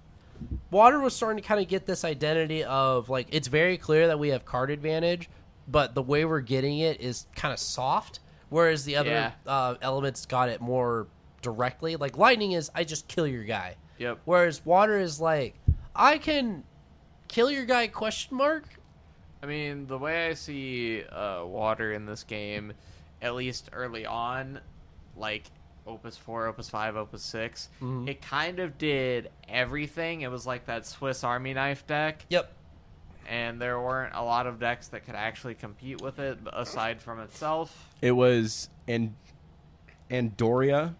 Water was starting to kind of get this identity of like it's very clear that we have card advantage, but the way we're getting it is kind of soft, whereas the other
Yeah.
uh, elements got it more directly. Like lightning is I just kill your guy.
Yep.
Whereas water is like, I can kill your guy question mark.
I mean, the way I see uh, water in this game, at least early on, like Opus 4, Opus 5, Opus 6, it kind of did everything. It was like that Swiss Army knife deck,
Yep.
and there weren't a lot of decks that could actually compete with it aside from itself.
It was and Andoria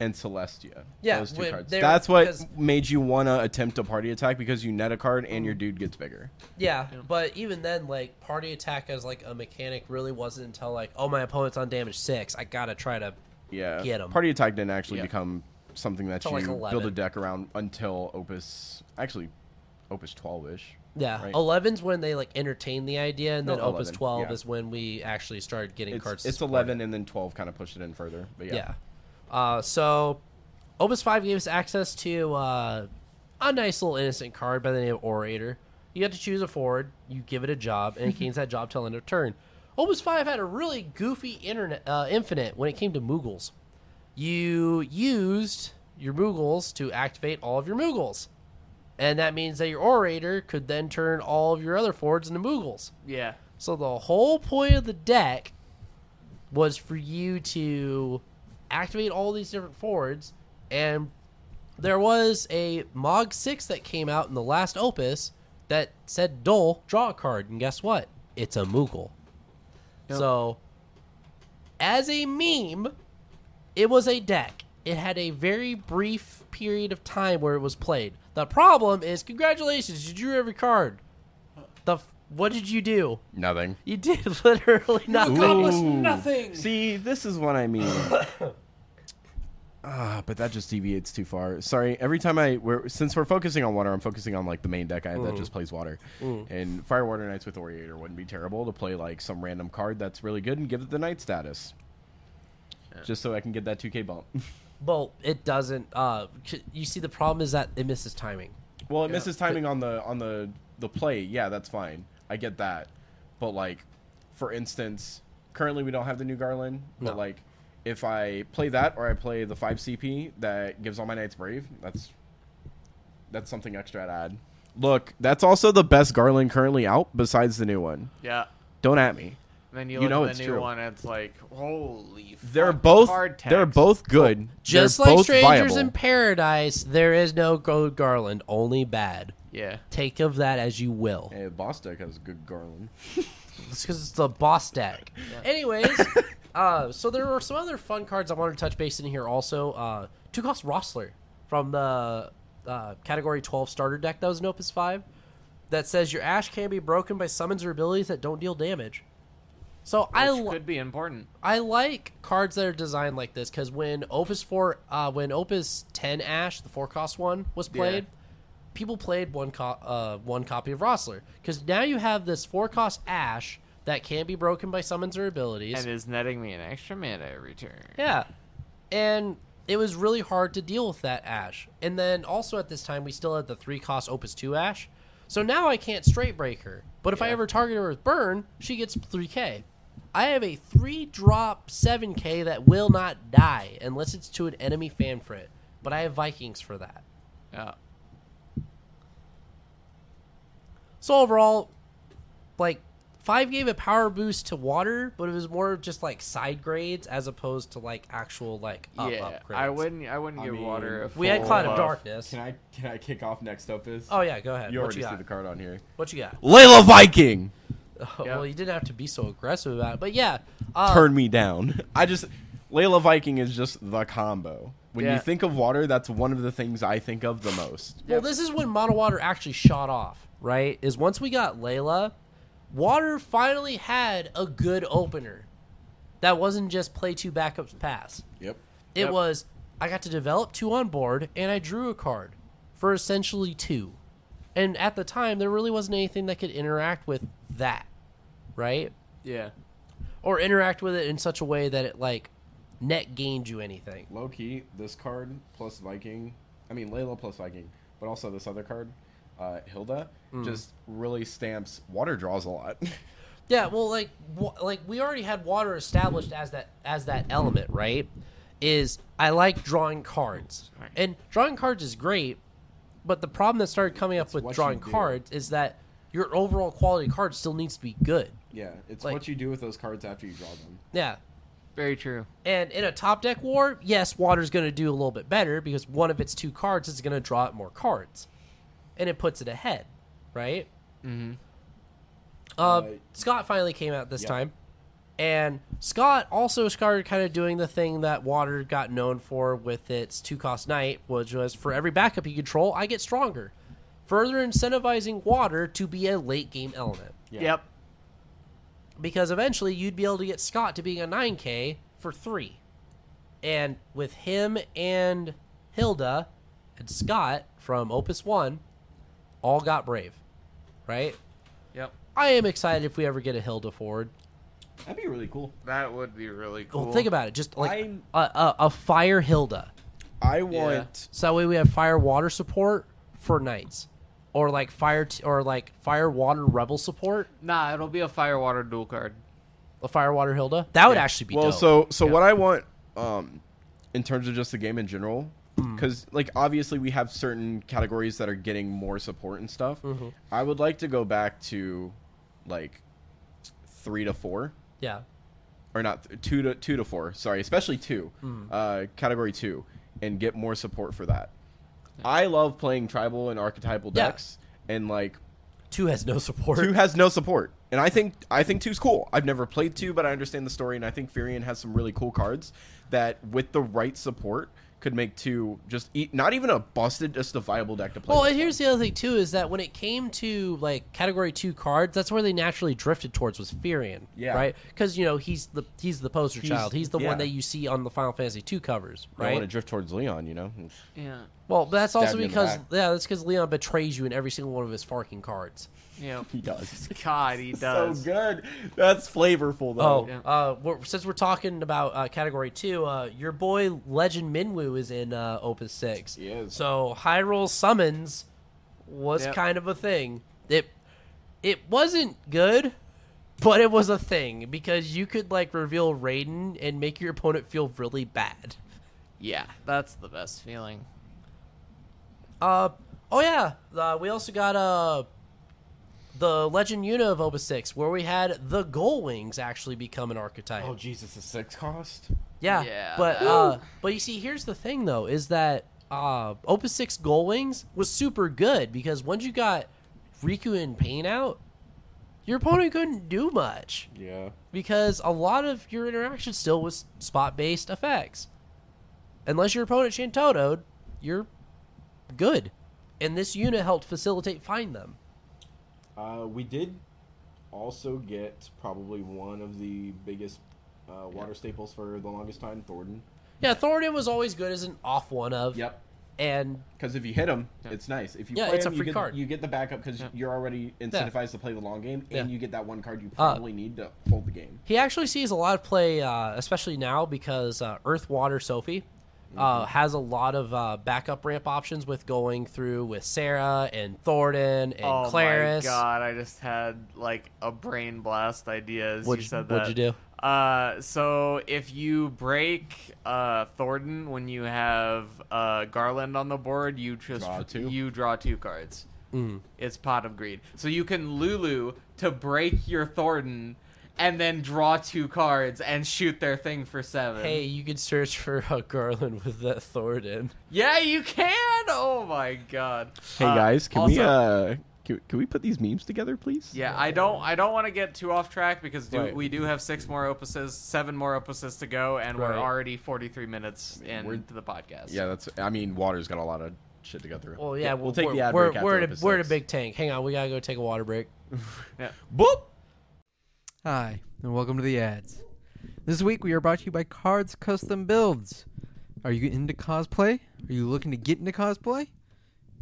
and Celestia.
Yeah,
those two
when
cards.
they're-
That's what
because-
made you wanna attempt a party attack because you net a card and your dude gets bigger.
Yeah, but even then, like party attack as like a mechanic really wasn't until like, oh, my opponent's on damage six. I gotta try to.
Yeah.
Get 'em.
Party attack didn't actually
Yeah.
become something that
Till,
you
like,
build a
11.
deck around until Opus actually Opus 12ish.
Yeah,
Right.
eleven's when they like entertain the idea, and
No,
then Opus
11,
twelve
yeah.
is when we actually started getting
It's,
cards. to
it's
support
11 and then 12 kind of pushed it in further. But yeah.
Yeah. Uh, so, Opus 5 gave us access to uh, a nice little innocent card by the name of Orator. You have to choose a forward, you give it a job, and it gains that job till end of turn. Opus 5 had a really goofy internet uh, infinite when it came to Moogles. You used your Moogles to activate all of your Moogles. And that means that your Orator could then turn all of your other Fords into Moogles.
Yeah.
So the whole point of the deck was for you to activate all these different forwards, and there was a Mog Six that came out in the last Opus that said Dole draw a card, and guess what? It's a Moogle.
Yep.
So, as a meme, it was a deck. It had a very brief period of time where it was played. The problem is, congratulations, you drew every card. The f- what did you do?
Nothing.
You did literally nothing.
Ooh.
nothing.
See, this is what I mean. Ah, but that just deviates too far. Sorry. Every time I, we're, since we're focusing on water, I'm focusing on like the main deck I have that just plays water. And Fire Water Knights with Oriator wouldn't be terrible to play like some random card that's really good and give it the knight status, just so I can get that 2K bump.
Well, it doesn't. Uh, c- you see, the problem is that it misses timing.
well, it misses timing on the on the the play. Yeah, that's fine. I get that. But like, for instance, currently we don't have the new Garland.
No.
But like, if I play that or I play the five CP that gives all my knights brave, that's that's something extra I'd add. Look, that's also the best Garland currently out besides the new one.
Yeah.
Don't at me.
And then you,
You
look
know
at
it's
the new
true.
one, and it's like, holy.
They're
fuck,
both
Card
they're
text.
both good.
Just
They're
like
both
Strangers
viable.
in Paradise, there is no gold garland, only bad.
Yeah.
Take of that as you will.
Hey, boss deck has good Garland.
It's because it's the boss deck. Anyways, uh, so there were some other fun cards I wanted to touch base in here also. Uh, two cost Rossler from the uh, category 12 starter deck that was in Opus 5 that says your Ash can be broken by summons or abilities that don't deal damage. So I
Which
li-
could be important.
I like cards that are designed like this because when Opus four, uh, when Opus ten Ash, the four cost one was played, people played one co- uh, one copy of Rossler because now you have this four cost Ash that can be broken by summons or abilities.
And is netting me an extra mana every turn.
yeah, and it was really hard to deal with that Ash. And then also at this time we still had the three cost Opus two Ash, so now I can't straight break her. But if I
Yeah.
ever target her with Burn, she gets three K. I have a three drop 7k that will not die unless it's to an enemy fan crit, but I have Vikings for that.
Yeah.
So overall, like five gave a power boost to water, but it was more of just like side grades as opposed to like actual like up
yeah.
upgrades.
I wouldn't. I wouldn't
I
give
mean,
water. A
We had
full
Cloud of
buff.
Darkness.
Can I can I kick off next opus?
Oh yeah, go ahead.
you
what
already
you
see
got?
the card on here.
What you got?
Layla Viking.
Yeah.
Well, you didn't have to be so aggressive about it, but yeah. Uh,
turn me down. I just Layla Viking is just the combo. When
Yeah.
you think of water, that's one of the things I think of the most.
Well, this is when Mono Water actually shot off, right? Is once we got Layla, Water finally had a good opener that wasn't just play two backups pass.
Yep.
It
Yep.
was I got to develop two on board and I drew a card for essentially two. And at the time, there really wasn't anything that could interact with that, right?
Yeah.
Or interact with it in such a way that it like net gained you anything.
Low key, this card plus Viking, I mean Layla plus Viking, but also this other card, uh, Hilda,
Mm.
just really stamps water draws a lot.
Yeah, well, like wa- like we already had water established as that as that element, right? Is I like drawing cards, and drawing cards is great, but the problem that started coming up with
what
drawing
you do.
cards is that your overall quality of card still needs to be good.
yeah, it's
Like-
what you do with those cards after you draw them.
Yeah,
Very true.
and in a top deck war, yes, water's going to do a little bit better because one of its two cards is going to draw it more cards, and it puts it ahead, right? Mm-hmm. Um,
Uh,
Scott finally came out this
yeah.
time, and Scott also started kind of doing the thing that water got known for with its two cost knight, which was for every backup you control, I get stronger, further incentivizing water to be a late game element
Yeah.
Yep.
because eventually you'd be able to get Scott to being a 9K for three. And with him and Hilda and Scott from Opus 1, all got brave, right?
Yep.
I am excited if we ever get a Hilda forward.
That'd be really cool.
That would be really cool.
Well, think about it. Just like
I'm-
a, a, a fire Hilda.
I want
So that way we have fire water support for knights. Or like fire t- or like fire water rebel support.
Nah, it'll be a firewater dual card.
A fire water Hilda. That would actually be
well
dope. Mm.
so so what i want um in terms of just the game in general because like obviously we have certain categories that are getting more support and stuff.
Mm-hmm.
I would like to go back to like three to four
Yeah.
or not th- two to two to four. Sorry, especially two,
Mm.
uh, category two, and get more support for that. I love playing tribal and archetypal
Yeah.
decks, and like
Two has no support.
two has no support, and I think I think two's cool. I've never played two, but I understand the story, and I think Furion has some really cool cards that, with the right support, could make two just eat, not even a busted, just a viable deck to play.
Well,
with.
and here's the other thing too is that when it came to like category two cards, that's where they naturally drifted towards was Furion,
Yeah.
right? Because you know he's the he's the poster
He's-
child. He's the
yeah.
one that you see on the Final Fantasy two covers,
I want
right?
to drift towards Leon, you know.
Yeah.
well, but that's also
Stab you in the
because
back.
yeah, that's because Leon betrays you in every single one of his farking cards.
Yeah.
He does.
God, he
so
does.
good. That's flavorful
Oh,
though.
yeah.
uh, we're, since we're talking about uh, category two, uh, your boy Legend Minwu is in uh, Opus Six.
He is.
So Hyrule Summons was
Yep.
kind of a thing. It it wasn't good, but it was a thing because you could like reveal Raiden and make your opponent feel really bad.
Yeah, that's the best feeling.
Uh oh yeah, uh, we also got uh the Legend Una of Opus Six where we had the Gold Wings actually become an archetype.
Oh Jesus, the six cost.
Yeah,
Yeah,
but
that-
uh, but you see, here's the thing though, is that uh, Opus Six Gold Wings was super good because once you got Riku and Pain out, your opponent couldn't do much
Yeah.
because a lot of your interaction still was spot based effects. Unless your opponent Shantotoed, you're good, and this unit helped facilitate find them.
Uh, we did also get probably one of the biggest uh, water staples for the longest time, Thornton.
Yeah, Thoradin was always good as an off one of,
Yep.
and
Because if you hit him,
Yeah.
it's nice. If you
Yeah,
play
it's a
him, you
free
get,
card.
You get the backup because
Yeah.
you're already incentivized to play the long game, and
Yeah.
you get that one card you
Uh,
probably need to hold the game.
He actually sees a lot of play, uh, especially now because uh, Earth Water Sophie uh, has a lot of uh, backup ramp options with going through with Sarah and Thornton and
oh
Claris.
my god, I just had like a brain blast idea as
What'd
you
you-
said that.
what'd you
do? Uh, so if you break uh Thornton when you have uh Garland on the board, you just
Draw two?
you draw two cards.
Mhm.
It's Pot of Greed. So you can Lulu to break your Thornton and then draw two cards and shoot their thing for seven.
Hey, you could search for uh, Garland with that Thornton.
Yeah, you can. Oh my god. Uh, also-
uh, can, can we put these memes together, please?
Yeah, I don't. I don't want to get too off track because do,
Right.
we do have six more opuses, seven more opuses to go, and we're
Right.
already forty-three minutes into
We're-
the podcast.
Yeah, that's. I mean, water's got a lot of shit to go through.
Well, yeah,
we'll take
we're,
the ad
we're,
break after
we're, at a,
episode
we're at a
six.
big tank. Hang on, we gotta go take a water break.
Boop.
Hi, and welcome to the ads. This week we are brought to you by Cards Custom Builds. Are you into cosplay? Are you looking to get into cosplay?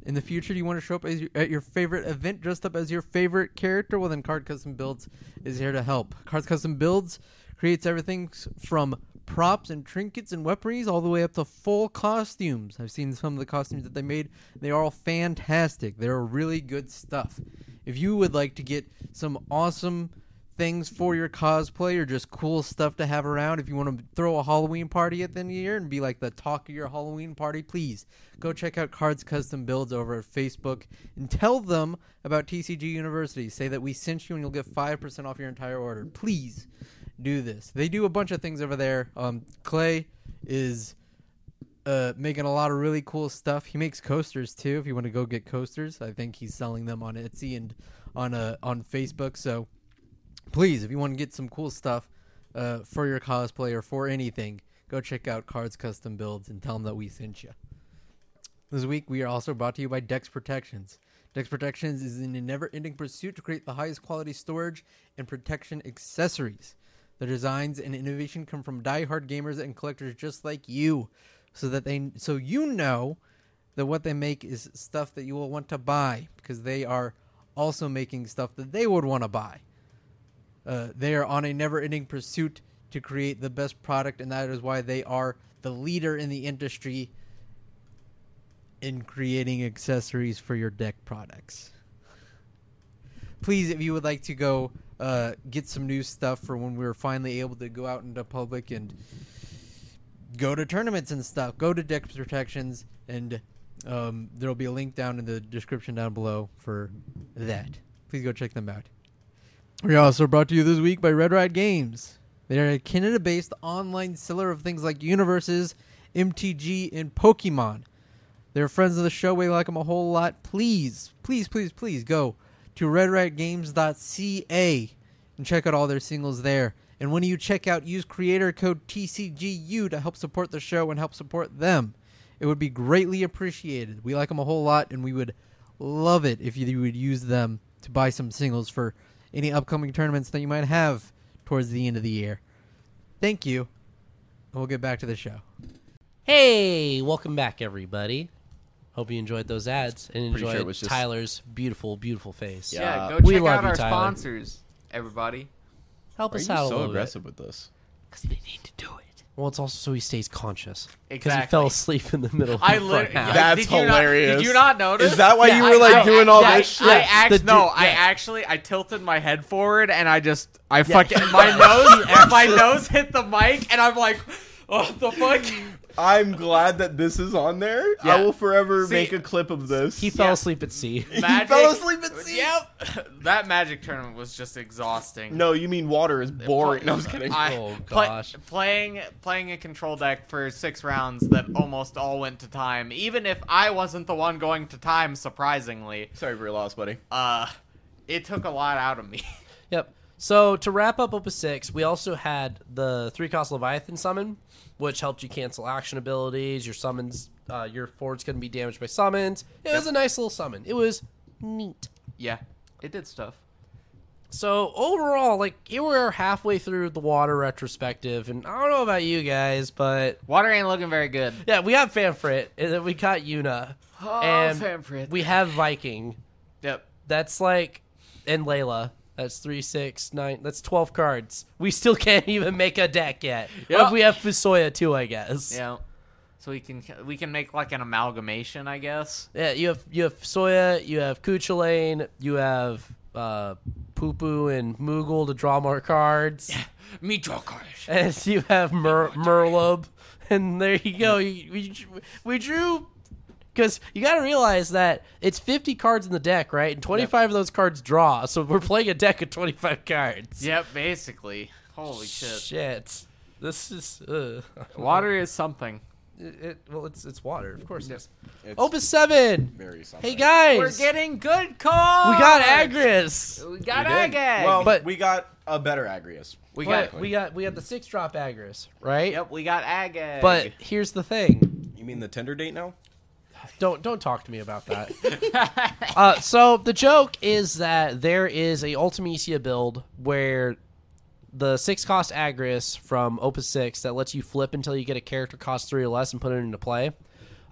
In the future, do you want to show up as your, at your favorite event dressed up as your favorite character? Well, then Card Custom Builds is here to help. Cards Custom Builds creates everything s- from props and trinkets and weaponries all the way up to full costumes. I've seen some of the costumes that they made. They are all fantastic. They're really good stuff. If you would like to get some awesome things for your cosplay or just cool stuff to have around. If you want to throw a Halloween party at the end of the year and be like the talk of your Halloween party, please go check out Cards Custom Builds over at Facebook and tell them about TCG University. Say that we sent you and you'll get 5% off your entire order. Please do this. They do a bunch of things over there. Um, Clay is uh, making a lot of really cool stuff. He makes coasters too. If you want to go get coasters, I think he's selling them on Etsy and on uh, on Facebook. So please, if you want to get some cool stuff uh, for your cosplay or for anything, go check out Cards Custom Builds and tell them that we sent you. This week, we are also brought to you by Dex Protections. Dex Protections is in a never ending pursuit to create the highest quality storage and protection accessories. Their designs and innovation come from die-hard gamers and collectors just like you, so that they so you know that what they make is stuff that you will want to buy because they are also making stuff that they would want to buy. Uh, they are on a never-ending pursuit to create the best product, and that is why they are the leader in the industry in creating accessories for your deck products. Please, if you would like to go uh, get some new stuff for when we're finally able to go out into public and go to tournaments and stuff. Go to Dex Protections, and um, there'll be a link down in the description down below for that. Please go check them out. We're also brought to you this week by Red Ride Games. They are a Canada based online seller of things like universes, MTG, and Pokemon. They're friends of the show. We like them a whole lot. Please, please, please, please go to redratgames.ca and check out all their singles there. And when you check out, use creator code TCGU to help support the show and help support them. It would be greatly appreciated. We like them a whole lot, and we would love it if you would use them to buy some singles for any upcoming tournaments that you might have towards the end of the year. Thank you, and we'll get back to the show.
Hey, welcome back, everybody. Hope you enjoyed those ads and
Pretty sure
enjoyed
it was just-
Tyler's beautiful, beautiful face.
Yeah.
Yeah, go
we
check
love
out
you,
our
Tyler.
sponsors, everybody.
Help
Are you
us out a
so
little
aggressive with this?
Because they need to do it. Well, it's also so he stays conscious. Because he
Exactly.
fell asleep in the middle of the
I
front
literally
half.
That's
did you not-
hilarious.
did you not notice?
Is that why
Yeah,
you were,
I-
like,
I-
doing all
I-
this shit?
I
Yeah.
act-
The du-
no, I
yeah.
actually I tilted my head forward and I just I fucking my nose my nose hit the mic and I'm like, oh the fuck.
I'm glad that this is on there. I
Yeah.
will forever
See,
make a clip of this.
He fell
Yeah.
asleep at sea.
he fell asleep at sea.
Yep, that magic tournament was just exhausting.
No, you mean water is boring. No, I was kidding.
I-
Oh,
pla-
gosh.
playing playing a control deck for six rounds that almost all went to time, even if I wasn't the one going to time, surprisingly,
Sorry for your loss, buddy.
uh, it took a lot out of me.
Yep. So to wrap up Opus Six, we also had the three cost Leviathan summon, which helped you cancel action abilities. Your summons, uh, your forward's gonna be damaged by summons. It was a nice little summon. It was neat.
yeah, it did stuff.
So overall, like you were halfway through the water retrospective, and I don't know about you guys, but
Water ain't looking very good.
yeah, we got Fanfrit, and then we got Yuna,
Oh,
and
Fanfrit.
we have Viking.
Yep.
That's like, and Layla. That's three, six, nine. That's twelve cards. We still can't even make a deck yet.
Yeah.
But we have Fusoya too, I guess.
Yeah. So we can we can make like an amalgamation, I guess.
Yeah, you have you have Fusoya, you have Kuchulain, you have uh, Poopoo and Moogle to draw more cards,
Me draw cards.
and you have Mer- Murlob, and there you go. You- We we drew. Because you got to realize that it's 50 cards in the deck, right? And 25 of those cards draw. So we're playing a deck of 25 cards.
Yep, basically. Holy shit.
Shit. This is uh,
Water is something.
it, it- well, it's it's water, of course. it is.
It's
Opus seven.
very something.
Hey guys,
We're getting good cards.
we got Agris.
We got
We did.
Agag.
Well,
But-
we got a better Agrius.
we
But
got
we got we got the six drop Agris, right?
Yep, we got Agag.
But here's the thing.
You mean the Tinder date now?
Don't don't talk to me about that. uh, so the joke is that there is a Ultimisia build where the six cost Agris from Opus Six that lets you flip until you get a character cost three or less and put it into play.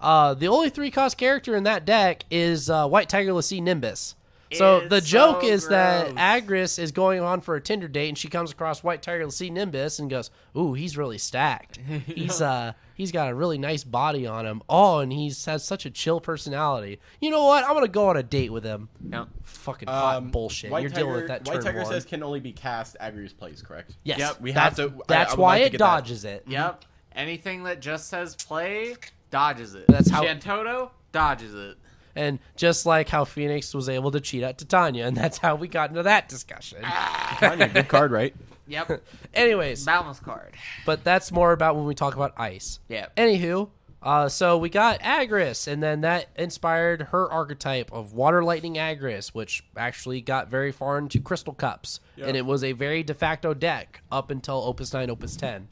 Uh, the only three cost character in that deck is uh, White Tiger Lassie Nimbus. So
It's
the joke
so
is that
gross.
Agris is going on for a Tinder date, and she comes across White Tiger Lassie Nimbus and goes, "Ooh, he's really stacked. He's uh, he's got a really nice body on him. Oh, and he's has such a chill personality. You know what? I'm gonna go on a date with him.
no.
Fucking hot bullshit.
Um, White
You're
Tiger,
dealing with that.
White
turn
Tiger
one.
says can only be cast Agrius plays, correct?
Yes,
Yep,
we
that's,
have to- I-
That's
I would
why
like to
it
get that.
dodges it.
Mm-hmm. Yep. Anything that just says play dodges it.
That's how-
Shantotto dodges it.
And just like how Phoenix was able to cheat at Titania, and that's how we got into that discussion.
Tanya, good card, right?
Yep.
Anyways,
Balance card.
but that's more about when we talk about ice.
Yeah.
Anywho, uh, so we got Agris, and then that inspired her archetype of Water Lightning Agris, which actually got very far into Crystal Cups, and it was a very de facto deck up until Opus Nine, Opus 10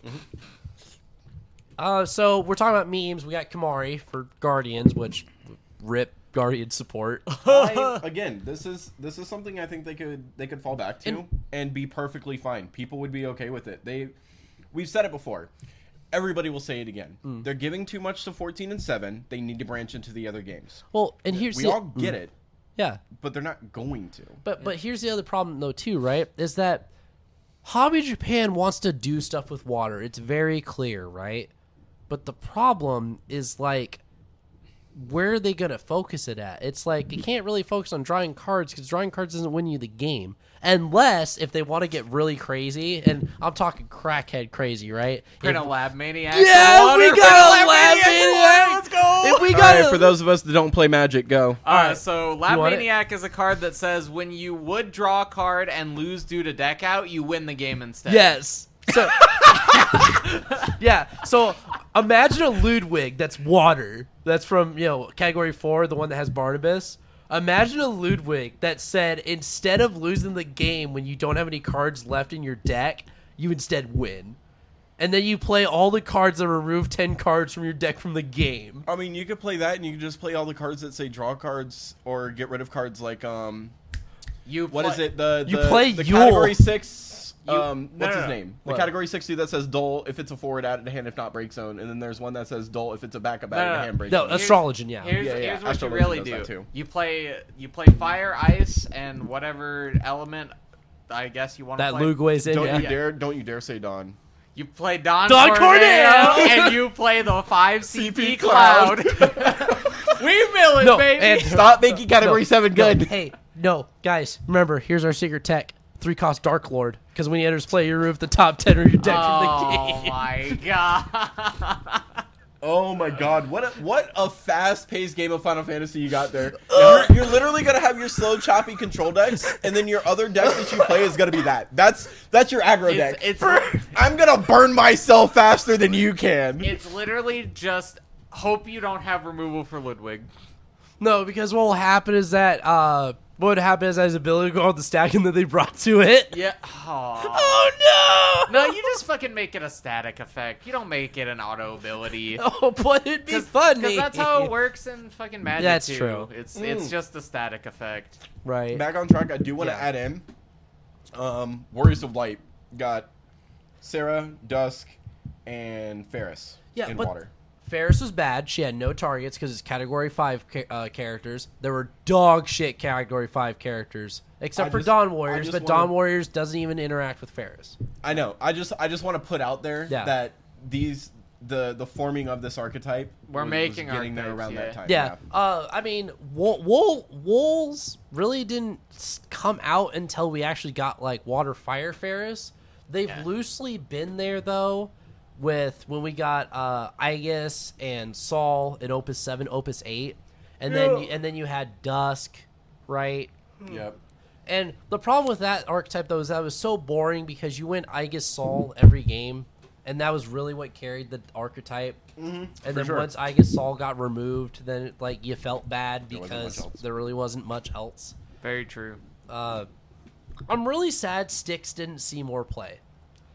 Uh, so we're talking about memes. We got Kamari for Guardians, which rip Guardian support.
I- again, this is this is something I think they could they could fall back to and, be perfectly fine. People would be okay with it. They we've said it before. Everybody will say it again. They're giving too much to 14 and 7. They need to branch into the other games.
Well, and here's
We
the,
all get it,
yeah.
but they're not going to.
But but here's the other problem though too, right? Is that Hobby Japan wants to do stuff with water. It's very clear, right? But the problem is like where are they going to focus it at? It's like you can't really focus on drawing cards because drawing cards doesn't win you the game. Unless if they want to get really crazy, and I'm talking crackhead crazy, right?
Print
If-
a lab maniac.
Yeah,
for water,
we
print
got a Lab Maniac!
Let's go.
if we
All
got
right, for those of us that don't play Magic, go.
Uh, so Lab
You want it?
Maniac is a card that says when you would draw a card and lose due to deck out, you win the game instead.
Yes. So Yeah. So imagine a Ludwig that's water. That's from, you know, category four, the one that has Barnabas. Imagine a Ludwig that said instead of losing the game when you don't have any cards left in your deck, you instead win. And then you play all the cards that remove ten cards from your deck from the game.
I mean, you could play that, and you could just play all the cards that say draw cards or get rid of cards. Like, um,
You
what
play-
is it? The,
You
the-
play
the
Yule.
category six.
You-
um,
no,
what's
no,
his
no.
name?
What?
The category six dude that says dull if it's a forward out of hand, if not break zone, and then there's one that says dull if it's a backup out
No,
of
no,
hand break
No,
zone.
that's-
astrologian, yeah.
Here's,
Yeah, yeah,
here's what you
Astrology
really
does
do.
that too.
You play you play fire, ice, and whatever element I guess you want to
that
play.
Ludwig's in
don't
yeah.
you dare! Don't you dare say Don.
You play Don,
Don
Corneo,
Corneo!
and you play the five CP
CP
cloud.
Cloud.
we mill it,
No,
baby.
and-
Stop making category seven
No,
good.
hey, no, guys, remember, here's our secret tech. Three cost Dark Lord. Because when he enters play, you remove the top ten of your deck from the
oh
game.
my god!
Oh my god, what a, what a fast-paced game of Final Fantasy you got there.
Uh.
You're, you're literally going to have your slow choppy control decks and then your other deck that you play is going to be that. That's that's your aggro deck.
It's, it's
I'm going to burn myself faster than you can.
it's literally just hope you don't have removal for Ludwig.
No, because what will happen is that uh, what would happen is that his ability to go on the stack and then they brought to it.
Yeah. Aw.
Oh no!
No, you just fucking make it a static effect. You don't make it an auto ability.
Oh, but it'd be
Cause,
funny.
'cause that's how it works in fucking Magic.
That's
too.
true. Mm.
It's it's just a static effect.
Right.
Back on track, I do want to
Yeah.
add in um Warriors of Light got Sarah, Dusk, and Ferris
Yeah,
in
but-
water.
Ferris was bad. She had no targets because it's Category Five ca- uh, characters. There were dog shit Category Five characters, except
I
for
just-
Dawn
I
Warriors.
just
But
wanna-
Dawn Warriors doesn't even interact with Ferris.
I know. I just I just want to put out there
Yeah.
that these the the forming of this archetype
We're
was- was
making
getting there
archetypes,
around
yeah.
that time.
Yeah. Uh, I mean, wool, wool wolves really didn't s- come out until we actually got like water fire ferris. They've
Yeah.
loosely been there though, with when we got uh, Igus and Saul in Opus Seven, Opus Eight, and then
Yeah.
and then you had Dusk, right?
Yep.
And the problem with that archetype though is that it was so boring because you went Igus Saul every game, and that was really what carried the archetype. Mm-hmm, and then
sure.
once Igus Saul got removed, then like you felt bad
There wasn't
because
much else.
there really wasn't much else.
Very true.
Uh, I'm really sad Styx didn't see more play.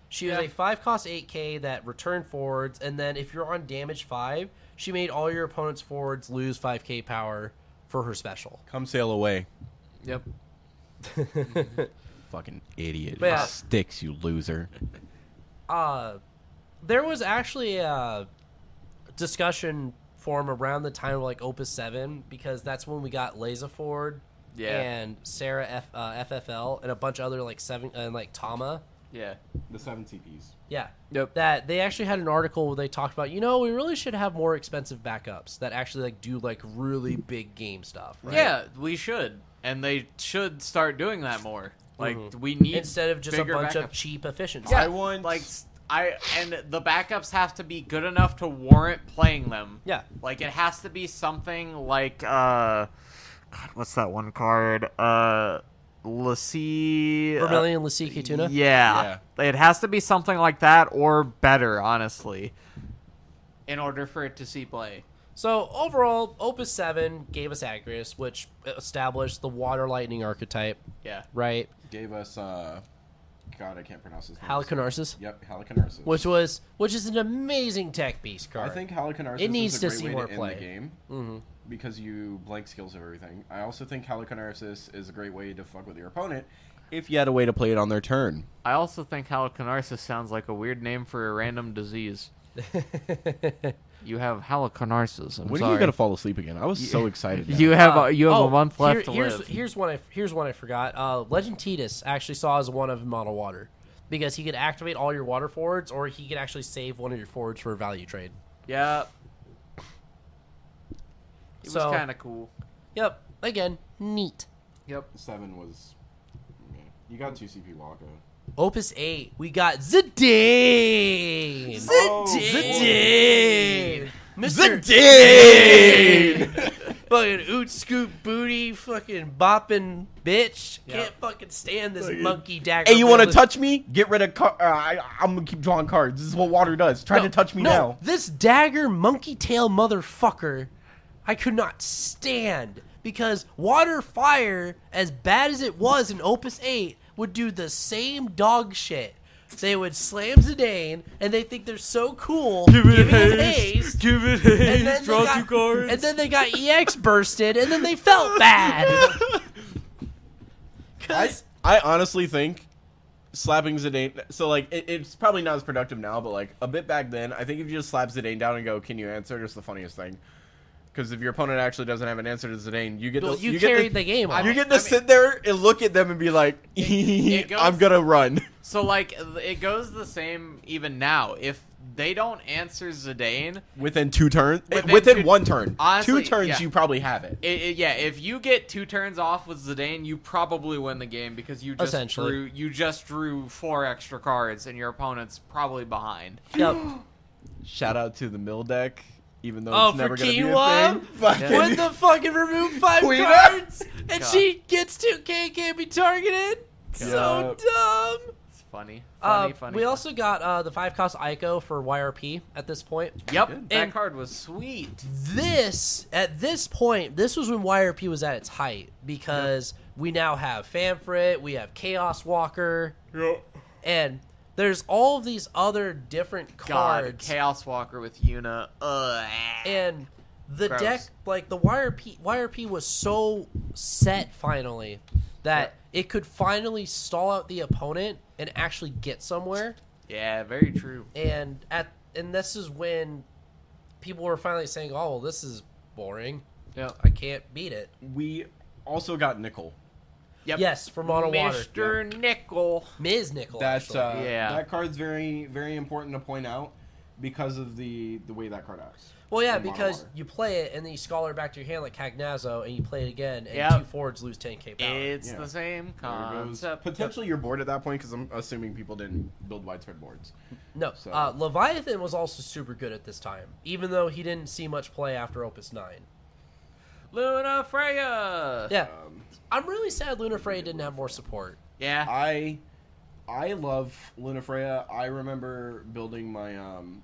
She was
Yeah.
a five cost eight K that returned forwards, and then if you're on damage five, she made all your opponent's forwards lose five K power for her special.
Come sail away.
Yep.
Fucking idiot.
But yeah.
Sticks, you loser.
uh, there was actually a discussion form around the time of like Opus Seven because that's when we got Laser Ford
Yeah.
and Sarah F, uh, FFL and a bunch of other like seven and like Tama.
Yeah.
The seven CPs.
Yeah.
Yep.
That they actually had an article where they talked about, you know, we really should have more expensive backups that actually like do like really big game stuff. Right?
Yeah, we should, and they should start doing that more. Like
Mm-hmm.
we need
Instead of just a
bigger
bunch of
backups.
cheap efficiency.
Yeah,
I want-
like s- I and the backups have to be good enough to warrant playing them.
Yeah.
Like it has to be something like uh, God, what's that one card? Uh, Lassie. uh,
Vermilion Lasiki Tuna.
Yeah. It has to be something like that or better, honestly, in order for it to see play.
So overall, Opus Seven gave us Agris, which established the Water Lightning archetype,
Yeah.
right?
Gave us, uh, God, I can't pronounce his name.
Halicarnassus,
Yep, Halicarnassus.
which was which is an amazing tech beast
I
card.
think Halicarnassus
It needs
is a
to
great
see
way
more
to
play. Mm-hmm.
end the game because you blank skills of everything. I also think Halicarnassus is a great way to fuck with your opponent if you had a way to play it on their turn.
I also think halicarnassus sounds like a weird name for a random disease. You have halicarnassus. I'm
When are
sorry.
you going to fall asleep again? I was so excited. now.
You have
Uh,
a, you have
oh,
a month left
here-
to
here's,
live.
Here's one. I here's one I forgot. Uh, Legend Titus actually saw as one of Mono Water because he could activate all your water forwards, or he could actually save one of your forwards for a value trade.
yeah. It
So-
was kind of cool.
Yep. Again, neat.
Yep.
Seven was. yeah. You got two CP Waka.
Opus 8, we got Zidane!
Oh,
Zidane! Mr.
Zidane!
fucking oot scoop booty, fucking bopping bitch. Can't
Yep.
fucking stand this
Fucking-
monkey dagger.
Hey, you want to
building-
touch me? Get rid of. Car- uh, I, I'm gonna keep drawing cards. This is what water does. Try
No,
to touch me
no,
now.
This dagger monkey tail motherfucker, I could not stand because water fire, as bad as it was in Opus 8, would do the same dog shit. They would slam Zidane, and they think they're so cool. giving him haste,
Give it
and then,
haste.
they got, and then they got EX bursted, and then they felt bad. 'Cause-
I honestly think slapping Zidane. So like, it, it's probably not as productive now, but like a bit back then, I think if you just slap Zidane down and go, "Can you answer?" It's the funniest thing. Because if your opponent actually doesn't have an answer to Zidane, you get
Well,
to,
you,
get to-
carried the game on.
You
it.
get to sit there and look at them and be like,
it goes-
"I'm gonna run."
So like it goes the same even now. If they don't answer Zidane,
Within two turns, Eh, within,
Within two-
one turn,
Honestly,
two turns,
yeah.
you probably have it.
it, it- yeah, if you get two turns off with Zidane, you probably win the game because you just
Essentially.
drew you just drew four extra cards and your opponent's probably behind.
Yep.
Shout out to the mill deck, even though
Oh,
it's
for
never gonna be a
Kiwa?
thing. Fucking-
With the fucking remove five
Queen
cards, and
God.
she gets 2K can't be targeted. So
Yup.
dumb.
It's funny,
Uh,
funny, funny.
we also got uh, the five cost Ico for YRP at this point.
yep, that
and-
card was sweet.
This at this point, this was when YRP was at its height because we now have Fanfrit, we have Chaos Walker, and there's all of these other different
God,
cards.
Chaos Walker with Yuna. Ugh.
and the
Gross.
deck like the YRP YRP was so set finally that it could finally stall out the opponent and actually get somewhere
yeah, very true.
and at and this is when people were finally saying oh well this is boring
Yep.
I can't beat it
we also got nickel.
yep.
yes for mono water
Mr. Nickel.
Ms. Nickel
That
actually.
uh,
Yeah.
that card's very very important to point out because of the the way that card acts.
well yeah
in mono
because
water.
you play it and then you scholar back to your hand like Cagnazzo and you play it again and
Yep.
two forwards lose 10k power
It's
Yeah.
the same
There it goes.
concept.
Potentially you're bored at that point because I'm assuming people didn't build widespread boards.
No,
So-
uh, Leviathan was also super good at this time, even though he didn't see much play after Opus Nine.
Luna Freya.
Yeah,
Um,
I'm really sad Luna Frey didn't have more support.
Yeah.
Uh,
I I love Lunafreya. I remember building my um,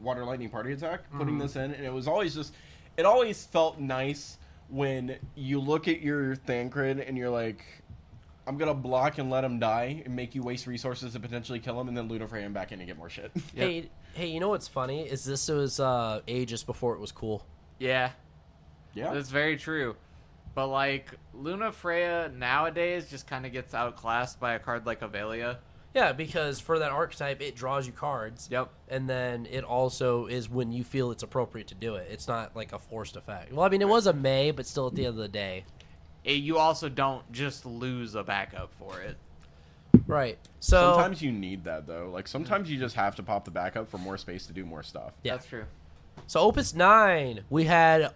Water Lightning Party Attack, putting this in, and it was always just it always felt nice when you look at your Thancred and you're like, I'm gonna block and let him die and make you waste resources to potentially kill him, and then Lunafreya him back in and get more shit.
Yep.
Hey, hey, you know what's funny is this was uh, ages before it was cool.
Yeah.
yeah,
That's very true. But like Luna Freya nowadays just kind of gets outclassed by a card like Avelia.
Yeah, because for that archetype, it draws you cards.
Yep.
And then it also is when you feel it's appropriate to do it. It's not like a forced effect. Well, I mean, it was a May, but still at the end of the day.
Eh, you also don't just lose a backup for it.
Right. So.
sometimes you need that though. Like sometimes you just have to pop the backup for more space to do more stuff.
Yeah.
That's true.
So Opus Nine, we had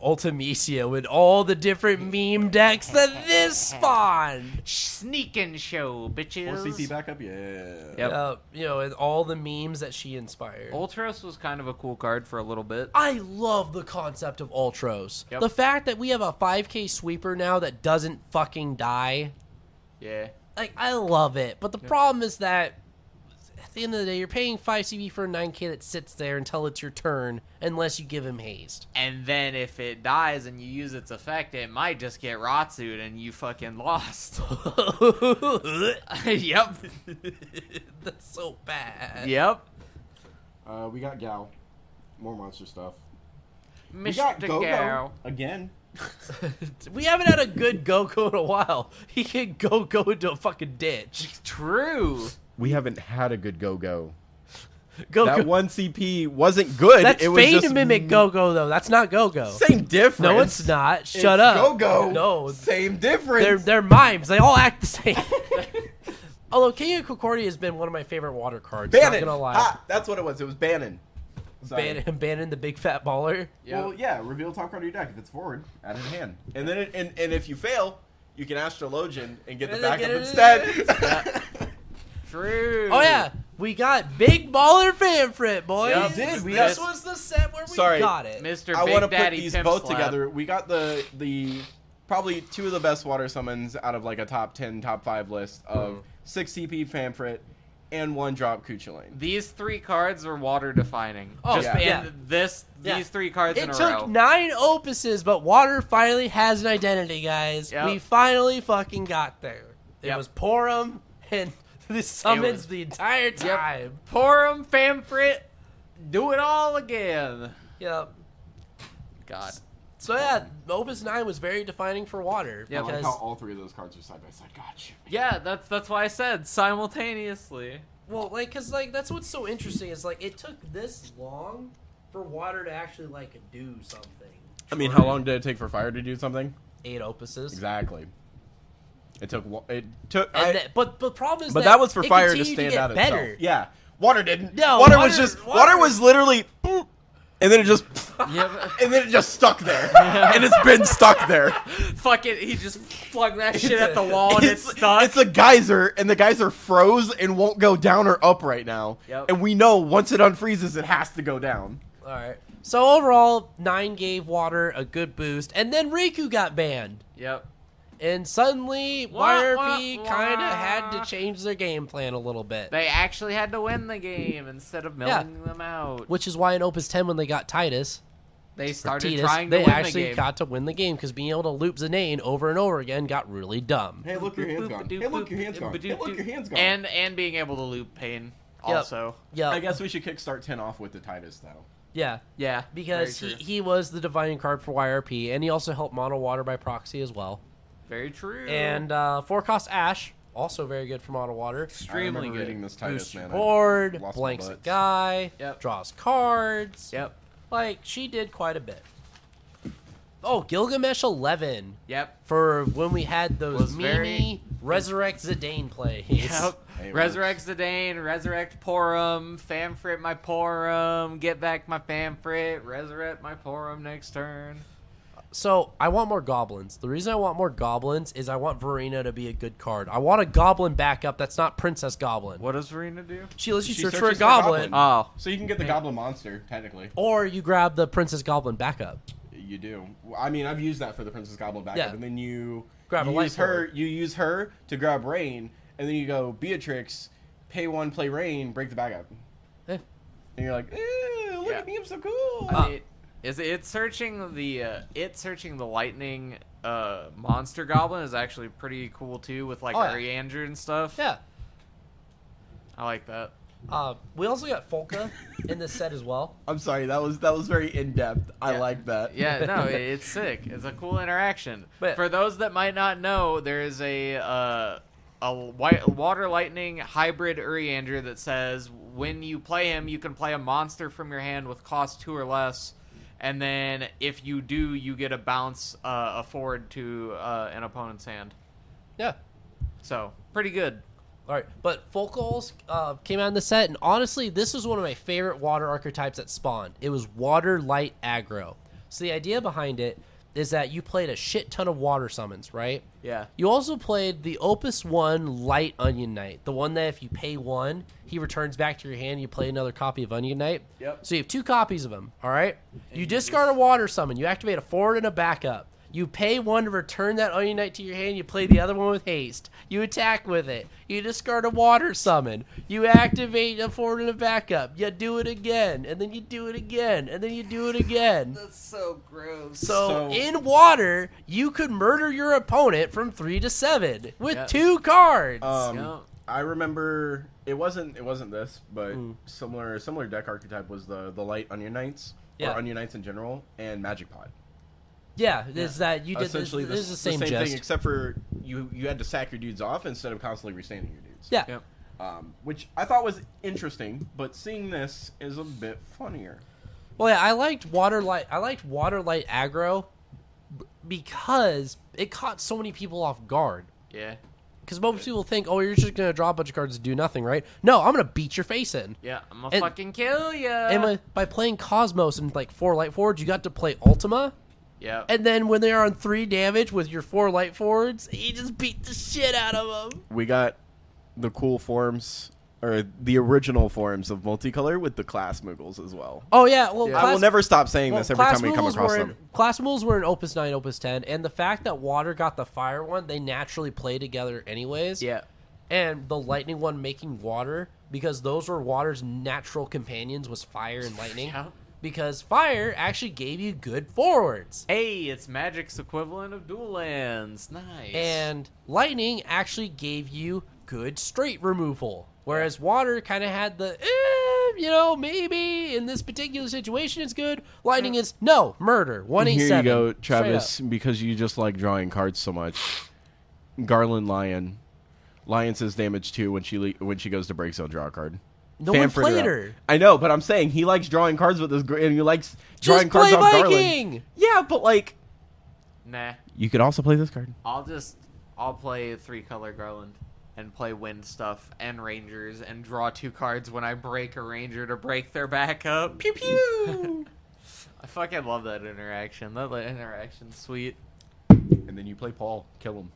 Ultimisia with all the different meme decks that this spawned.
Sneaking show,
More CP
bitches.
backup, yeah.
Yep.
Uh, you know, and all the memes that she inspired.
Ultros was kind of a cool card for a little bit.
I love the concept of Ultros.
Yep.
The fact that we have a 5K sweeper now that doesn't fucking die.
Yeah.
Like, I love it. But the problem is that at the end of the day, you're paying 5 CV for a 9K that sits there until it's your turn, unless you give him haste.
And then if it dies and you use its effect, it might just get Ratsued and you fucking lost. yep.
That's so bad.
yep.
Uh, we got Gal, more monster stuff. We got
Mr.
Go
Gal.
Go again.
we haven't had a good Goku in a while. He can go go into a fucking ditch.
True.
We haven't had a good Go Go.
Goku.
That one CP wasn't good.
That's
it was
feigned
just
to mimic Go Go though. That's not Go Go.
Same difference.
No, it's not. Shut up.
Go Go.
No,
Same
they're
difference.
they're mimes. They all act the same. Although King of Concordia has been one of my favorite water cards. Not
Bannon.
gonna lie.
Ah, that's what it was. It was Bannon.
Ban- Banning the big fat baller.
Well, yeah, reveal top card of your deck if it's forward, out of hand.
And then, it, and, and if you fail, you can astrologian and get the
And
backup
then get it-
instead.
True.
Oh yeah, we got big baller fanfrit, boys.
Yeah, we did. We
this
got-
was the set where we
Sorry.
got it.
Mr.
I
Big
want to put
Daddy
these
Pimp
both
Slap.
together. We got the the probably two of the best water summons out of like a top ten, top five list of
Mm-hmm.
six CP Fanfrit and one drop Kuchulain.
These three cards are water defining.
Oh,
Just
yeah.
and this
Yeah.
these three cards in
It
a
took
row.
nine opuses, but water finally has an identity, guys.
Yep.
We finally fucking got there. It
Yep.
was Porum and the summons
was-
the entire
Yep.
time.
Pour 'em, Famfrit. Do it all again.
Yep.
God.
So yeah, opus nine was very defining for water
Yep.
I like
because
how all three of those cards are side by side. God, shoot.
Yeah, that's that's why I said simultaneously.
well, like because like that's what's so interesting is like it took this long for water to actually like do something.
I mean, how long did it take for Fire to do something?
Eight opuses.
Exactly. It took. wa- It took.
And
I-
that, but the problem is
but
that,
that was for
it
Fire to
continued
stand
get
out
better.
itself. Yeah, water didn't.
No,
water, was
water-
just. Water,
water-
was literally. boop, And then it just,
Yeah,
and then it just stuck there, and it's been stuck there.
but- fuck it. He just flung that shit at the wall and it's, stuck.
It's a geyser, and the geyser froze and won't go down or up right now.
Yep.
And we know once it unfreezes, it has to go down.
All right. So overall, nine gave water a good boost, and then Riku got banned,
yep.
and suddenly
Wah,
YRP
wah,
kind
wah.
of had to change their game plan a little bit,
They actually had to win the game instead of milking them out.
which is why in Opus Ten when they got Titus,
They
or
started
Titus,
trying to
they
win the
actually
game.
got to win the game because being able to loop Zanane over and over again got really dumb.
Hey, look, your hand's gone. Hey, look, your hand's gone. Hey, look, your hand's gone.
And and being able to loop pain
Yep.
also.
Yeah,
I
guess we should kickstart 10 off with the Titus, though.
yeah,
Yeah,
because
very
he,
true.
he was the divining card for YRP, and he also helped mono water by proxy as well.
very true.
And uh, four cost Ash also very good for mono water.
I
extremely
remember reading
good.
this Titus,
boosts
man.
your board,
lost my
blanks a
butts.
guy,
Yep.
draws cards.
Yep.
Like she did quite a bit. Oh, Gilgamesh eleven
Yep.
for when we had those
Was
Mimi
very-
resurrect Zidane plays.
Yep.
Hey,
Resurrect Zidane, resurrect Porum, Famfrit my Porum, get back my Famfrit, resurrect my Porum next turn.
So I want more goblins. The reason I want more goblins is I want Verena to be a good card. I want a goblin backup that's not Princess Goblin.
What does Verena do?
She lets you
She
search for a
searches for
goblin, uh,
goblin.
Oh.
so you can get the Goblin Monster, technically.
or you grab the Princess Goblin backup.
You do. Well, I mean, I've used that for the Princess Goblin backup,
Yeah.
and then you
Grab a
you
light
use her.
sword.
You use her to grab Rain, and then you go Beatrix, pay one, play Rain, break the backup,
Eh.
and you're like, "Ew, look
Yeah.
at me, I'm so cool.
Uh,
It- is it searching the uh, it searching the lightning uh, monster goblin is actually pretty cool too with like
Oh, yeah.
Ariander and stuff.
Yeah.
I like that.
Uh, we also got Folka in this set as well.
I'm sorry, that was that was very in depth. I
Yeah.
like that.
Yeah, no, it- it's sick. It's a cool interaction.
But-
For those that might not know, there is a uh, a white water lightning hybrid Uriander that says when you play him, you can play a monster from your hand with cost two or less, and then if you do, you get a bounce uh, a forward to uh, an opponent's hand.
Yeah.
So pretty good.
All right, but Focals uh, came out in the set, and honestly, this was one of my favorite water archetypes that spawned. It was water light aggro. So the idea behind it is that you played a shit ton of water summons, right?
Yeah.
You also played the Opus One Light Onion Knight, the one that if you pay one, he returns back to your hand. You play another copy of Onion Knight.
Yep.
So you have two copies of him. All right. you discard a water summon. You activate a forward and a backup. You pay one to return that Onion Knight to your hand. You play the other one with haste. You attack with it. You discard a water summon. You activate a forward and a backup. You do it again, and then you do it again, and then you do it again.
That's so gross.
So,
So-
in water, you could murder your opponent from three to seven with
Yeah.
two cards.
Uh,
Um,
Yeah.
I remember it wasn't it wasn't this, but
Hmm.
similar similar deck archetype was the the light onion knights
Yeah.
or onion knights in general and magic pod.
yeah, is that you did
Essentially,
this, this is the same,
thing,
gist.
except for you you had to sack your dudes off instead of constantly restanding your dudes.
yeah.
Yep.
um, which I thought was interesting, but seeing this is a bit funnier.
Well, yeah, I liked water light. I liked water light aggro b- because it caught so many people off guard.
Yeah.
because most people think, oh, you're just gonna draw a bunch of cards and do nothing, right? No, I'm gonna beat your face in.
Yeah, I'm gonna
And-
fucking kill you.
And by, by playing Cosmos and like four light forwards, you got to play Ultima.
yeah.
And then when they are on three damage with your four light forwards, you just beat the shit out of them.
We got the cool forms or the original forms of multicolor with the class moogles as well.
Oh yeah,
I
well,
will
Class-
never stop saying
well,
this every
Class
time we come
Moogles
across
were in,
them.
Class Mules were in Opus Nine, Opus Ten, and the fact that Water got the Fire one, they naturally play together anyways.
yeah.
and the lightning one making water because those were water's natural companions was fire and lightning
Yeah.
because fire actually gave you good forwards
Hey, it's magic's equivalent of dual lands. Nice.
and lightning actually gave you good straight removal whereas water kind of had the eh, you know maybe in this particular situation it's good lightning is no murder 187
Here you go,
Straight up.
Travis, because you just like drawing cards so much. Garland Lion. Lion says damage two when she le- when she goes to break zone draw a card.
no one
Fanford her
played
up.
her
I know, but I'm saying he likes drawing cards with his gr- and he likes drawing
Just
cards
play
off Garland.
Viking!
Yeah, but like
nah,
you could also play this card.
I'll just I'll play three color garland and play wind stuff and rangers and draw two cards when I break a ranger to break their back up. Pew pew. I fucking love that interaction. That li- interaction's sweet.
And then you play Paul, kill him.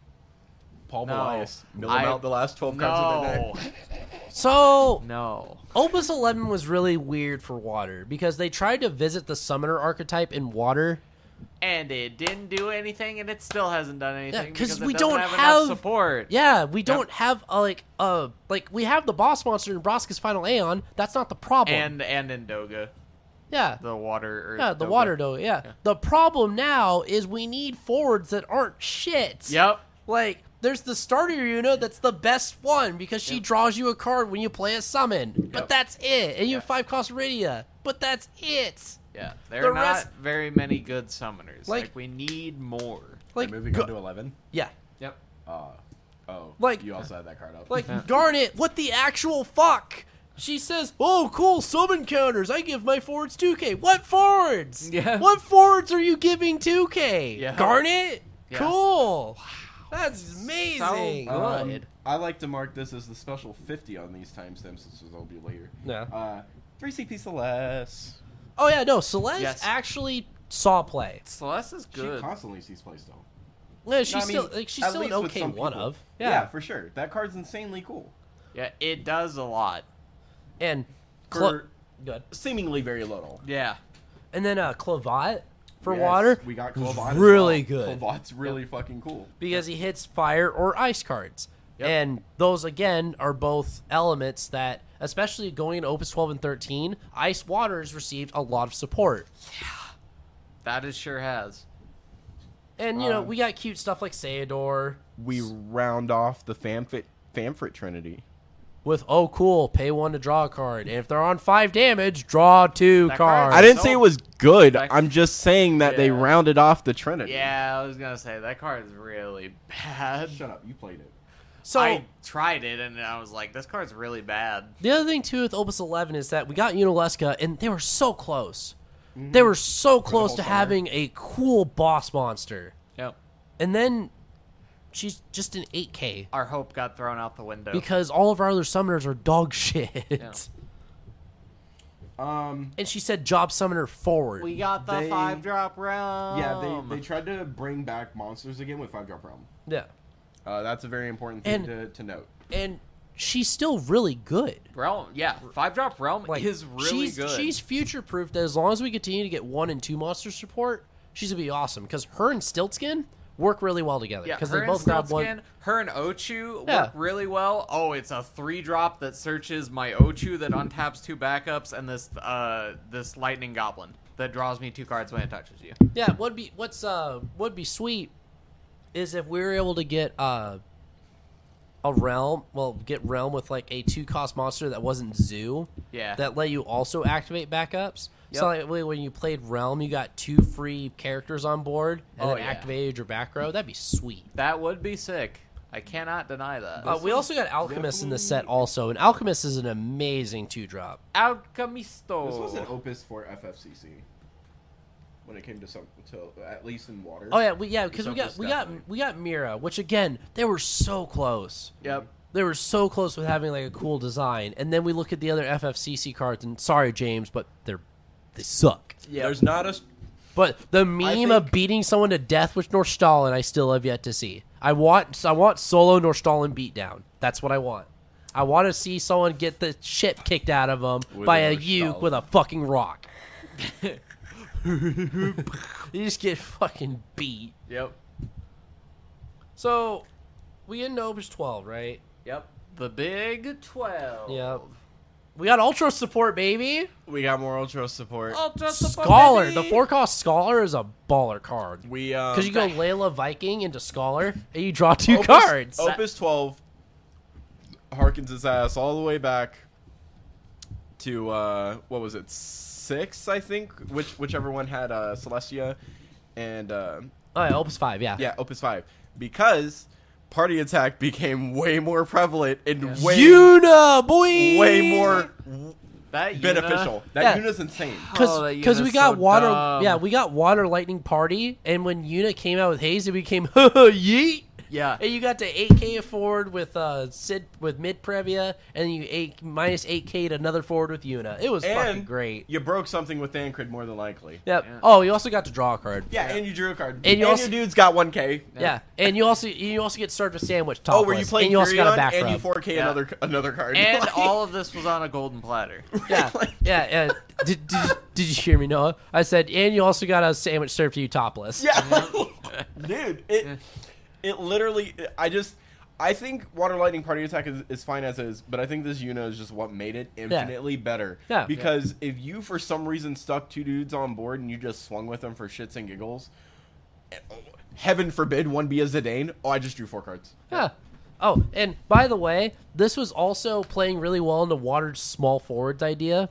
Paul
No.
Melias, mill him
I-
out the last twelve cards of their
No,
deck.
so
no.
Opus 11 was really weird for water because they tried to visit the summoner archetype in water.
And it didn't do anything, and it still hasn't done anything
'cause
because it
we
doesn't
don't
have,
have-
enough support.
Yeah, we don't have a, like a like we have the boss monster in Broska's Final Aeon. That's not the problem.
And and Indoga,
yeah.
the water. Earth
yeah, the
Doga.
water though, yeah. The problem now is we need forwards that aren't shit.
Yep.
Like there's the starter Yuna that's the best one because she draws you a card when you play a summon. But
Yep.
that's it. And you have five cost Iridia. But that's it.
Yeah, there
The
are
rest-
not very many good summoners. Like,
Like-
we need more.
Like
moving
go-
on to eleven.
yeah.
Yep.
Uh, oh,
Like-
you also had that card up.
Like, darn it, what the actual fuck? She says, Oh, cool, summon counters. I give my forwards 2K. What forwards?
Yeah.
What forwards are you giving 2K?
Yeah.
Garnet?
Yeah.
Cool. That's amazing.
So-
Um,
Good.
I like to mark this as the special 50 on these timestamps since they'll be later.
Yeah.
Uh, 3CP Celeste.
oh, yeah, no, Celeste
Yes.
actually saw play.
Celeste is
She
good.
constantly sees play still.
Yeah, she's
No, I mean,
still, like, she's
at
still an
least with
okay
some
one
people.
of.
Yeah.
Yeah.
for sure. That card's insanely cool.
yeah, it does a lot.
And Clo-
For
good.
seemingly very little.
Yeah.
And then uh, Clavat for
Yes,
water
We got
was
Clavot.
really good.
Clavot's really fucking cool.
because he hits fire or ice cards.
Yep.
And those again are both elements that, especially going in Opus 12 and 13, Ice Waters received a lot of support.
That it sure has.
And you know,
Um,
we got cute stuff like Sayador
We round off the Famfit Famfrit Trinity.
with oh cool, pay one to draw a card. And if they're on five damage, draw two
That card-
cards.
I didn't say
so-
it was good.
Like-
I'm just saying that they
Yeah.
rounded off the Trinity.
Yeah, I was gonna say that card is really bad.
Shut up. You played it.
so
I tried it and I was like, this card's really bad.
The other thing too with Opus Eleven is that we got Unalesca, and they were so close.
Mm-hmm.
They were so close
whole
to
summer.
having a cool boss monster,
Yep.
and then she's just an eight K.
Our hope got thrown out the window.
because all of our other summoners are dog shit.
Um,
And she said job summoner forward.
we got the
They-
five drop round.
yeah,
Um.
they, they tried to bring back monsters again with 5 drop realm.
yeah.
Uh, that's a very important thing
And-
to, to note.
And she's still really good.
realm. Yeah, five drop realm
Like
is really
she's,
good.
She's future proof that as long as we continue to get one and two monster support, she's gonna be awesome. Because her and Stiltskin work really well together.
Yeah,
Because
her
they
and
both grab one.
Snoutskin, Her and Ochu
Yeah.
work really well. Oh, it's a three drop that searches my Ochu that untaps two backups and this uh this lightning goblin that draws me two cards when it touches you.
Yeah, would be what's uh would be sweet is if we were able to get uh a realm well, get realm with like a two cost monster that wasn't zoo.
Yeah.
that let you also activate backups. So
Yep.
like when- when you played Realm, you got two free characters on board and
Oh,
then
yeah.
activated your back row. That'd be sweet.
that would be sick. I cannot deny that.
Uh, we also got Alchemist in the set also, and Alchemist is an amazing two drop.
Alchemisto.
Oh.
This was an opus for FFCC. When it
it came to some to at least in water.
Oh yeah, we yeah because we got
Something's
we got
definitely-
we got Mira, which again they were so close.
Yep.
They were so close with having like a cool design, and then we look at the other FFCC cards, and sorry James, but they're they suck.
Yeah.
There's not a
But the meme of beating someone to death with Norstalin, I still have yet to see. I want I want solo Norstalin beatdown. That's what I want. I want to see someone get the shit kicked out of them
With
by
a
a uke
Norstalin.
with a fucking rock. you just get fucking beat.
Yep.
So we in Opus 12, right?
Yep. The Big Twelve.
Yep. We got Ultra support, baby.
We got more ultra support.
Oh.
Ultra Support,
Scholar.
baby!
The four cost Scholar is a baller card.
We um,
Because you go Layla Viking into Scholar and you draw two
Opus-
cards.
Opus 12 harkens his ass all the way back to uh, what was it? Six, I think. Which whichever one had uh, Celestia and uh,
Oh, yeah, Opus 5, yeah.
yeah, Opus 5 because party attack became way more prevalent and way
Yuna, boy!
way more
That Yuna-
beneficial. That
Yeah.
Yuna's insane.
Oh,
Because
that
we
Yuna's
got
so
water,
dumb.
yeah, we got water lightning party, and when Yuna came out with Haze, it became yeet,
Yeah.
and you got to eight k forward with uh Sid with mid Previa, and you eight minus eight k to another forward with Yuna. It was fucking
And
great.
You broke something with Thancred more than likely.
Yep.
Yeah.
Oh, you also got to draw a card.
Yeah, and you drew a card.
And you also-
your dude's got 1k.
Yeah, and you also you also get served a sandwich.
Oh,
Topless,
were you playing
And you also got a
Furion?
back
and you
rub.
4k
Yeah.
another another card.
And
Like-
all of this was on a golden platter.
yeah, yeah, yeah. Did, did, did you hear me, Noah? I said, and you also got a sandwich served to you topless.
Yeah, dude, it it literally. I just I think Water Lightning Party Attack is, is fine as is, but I think this Yuna is just what made it infinitely better.
Yeah.
Because if you for some reason stuck two dudes on board and you just swung with them for shits and giggles, eh, heaven forbid one be a Zidane. Oh, I just drew four cards.
Yeah. Oh, and by the way, this was also playing really well into Water's small forwards idea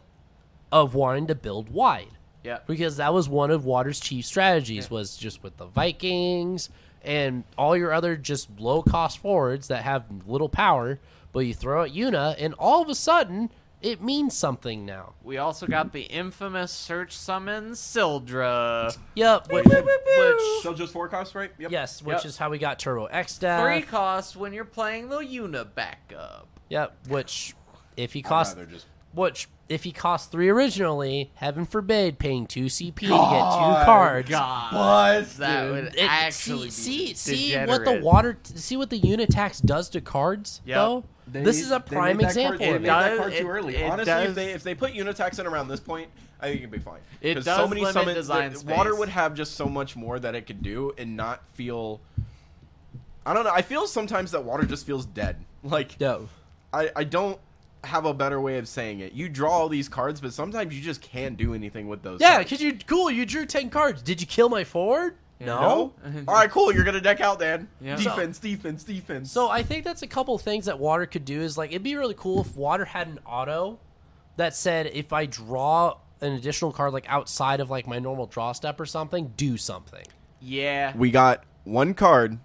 of wanting to build wide.
Yeah.
Because that was one of Water's chief strategies was just with the Vikings and all your other just low cost forwards that have little power, but you throw out Yuna and all of a sudden it means something now.
We also got the infamous search summon Sildra,
Yep. Which,
which
So just four costs, right? Yep.
yes, which
Yep.
is how we got Turbo X down.
three costs when you're playing the Yuna backup.
Yep. Which, if he
I'd
costs
rather just
Which, if he cost three originally, heaven forbid paying two CP to get two
God,
cards.
God,
Buzz,
that
dude.
would
Oh, It-
actually
see
be
see, see what the
degenerate.
water see what the unit tax does to cards
Yep.
though.
They-
this is a
they
prime
made that card-
example.
they
of
made
it.
it.
that card
It-
too early.
it
Honestly,
Honestly,
does-
if they if they put Unitax in around this point, I think it'd be fine.
It
'Cause
does limit
summon-
design
the- Water
space.
would have just so much more that it could do and not feel. I don't know. I feel sometimes that water just feels dead. Like
No.
I, I don't have a better way of saying it. You draw all these cards, but sometimes you just can't do anything with those.
Yeah,
cards.
because you cool. You drew ten cards. Did you kill my forward?
No. all right, cool. You're gonna deck out, then.
Yeah.
Defense, defense, defense.
So I think that's a couple things that Water could do is like it'd be really cool if Water had an auto that said if I draw an additional card like outside of like my normal draw step or something, do something.
Yeah,
we got one card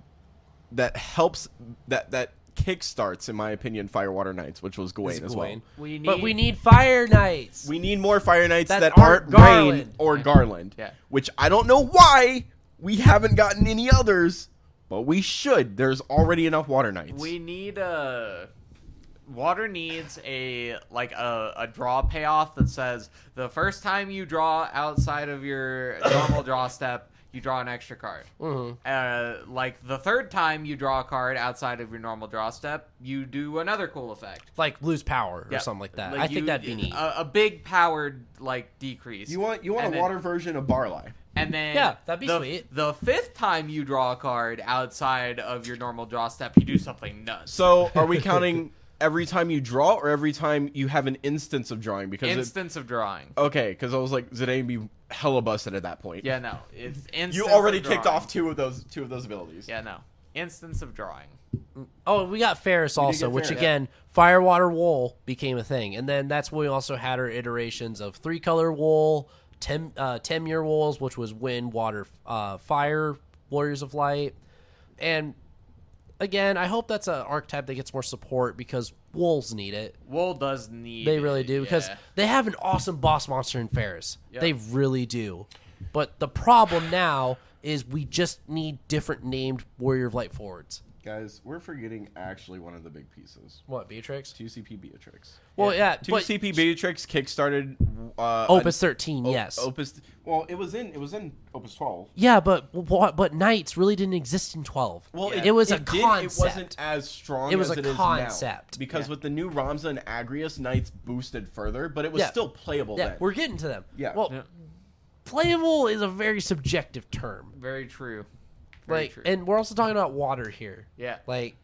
that helps that that kickstarts, in my opinion, Firewater Knights, which was Gawain as well.
Gawain.
we need,
But we need Fire Knights.
We need more Fire Knights
That
that,
aren't
aren't,
Garland.
Rain or Garland.
Yeah.
Which I don't know why we haven't gotten any others, but we should. There's already enough Water Knights.
we need a water needs a like a, a draw payoff that says the first time you draw outside of your normal draw step you draw an extra card uh, like the third time you draw a card outside of your normal draw step you do another cool effect
like lose power or
Yeah. Uh,
something like that.
Like,
I think
you-
that'd be neat.
a, a big powered like decrease
you want you want
And
a
then-
water version of Barlai.
And then
Yeah, that'd be
the,
sweet.
The fifth time you draw a card outside of your normal draw step, you do something nuts.
So are we counting every time you draw or every time you have an instance of drawing? Because it-
instance of drawing.
okay, because I was like Zidane be hella busted at that point.
Yeah, no. It's instance
You already
of
kicked
drawing.
off two of those two of those abilities.
Yeah, no. Instance of drawing.
oh, and we got Ferris also,
get
which
Ferris.
again, fire water wool became a thing, and then that's when we also had our iterations of three color wool, ten uh, ten year wools, which was wind, water, uh, fire, warriors of light, and again, I hope that's an archetype that gets more support because wolves need it.
Wool does need
They really
it,
do because
yeah.
they have an awesome boss monster in Ferris. They really do. But the problem now is we just need different named Warrior of Light forwards.
Guys, we're forgetting actually one of the big pieces.
What, Beatrix?
2CP Beatrix.
Well, yeah,
Two
but
CP Beatrix kickstarted uh,
Opus
an-
13,
op-
yes.
Opus.
Well, it was in it was in Opus 12.
yeah, but wha- but Knights really didn't exist in 12.
Well,
it,
it-
was a
it did-
concept.
It wasn't as strong.
It was
as
a
it is
concept.
now, because with the new Ramza and Agrius, Knights boosted further, but it was
Yeah.
still playable.
yeah,
then.
we're getting to them.
Yeah.
Well,
Yeah.
playable is a very subjective term.
Very true. Very
like
true.
and we're also talking about water here
Yeah.
like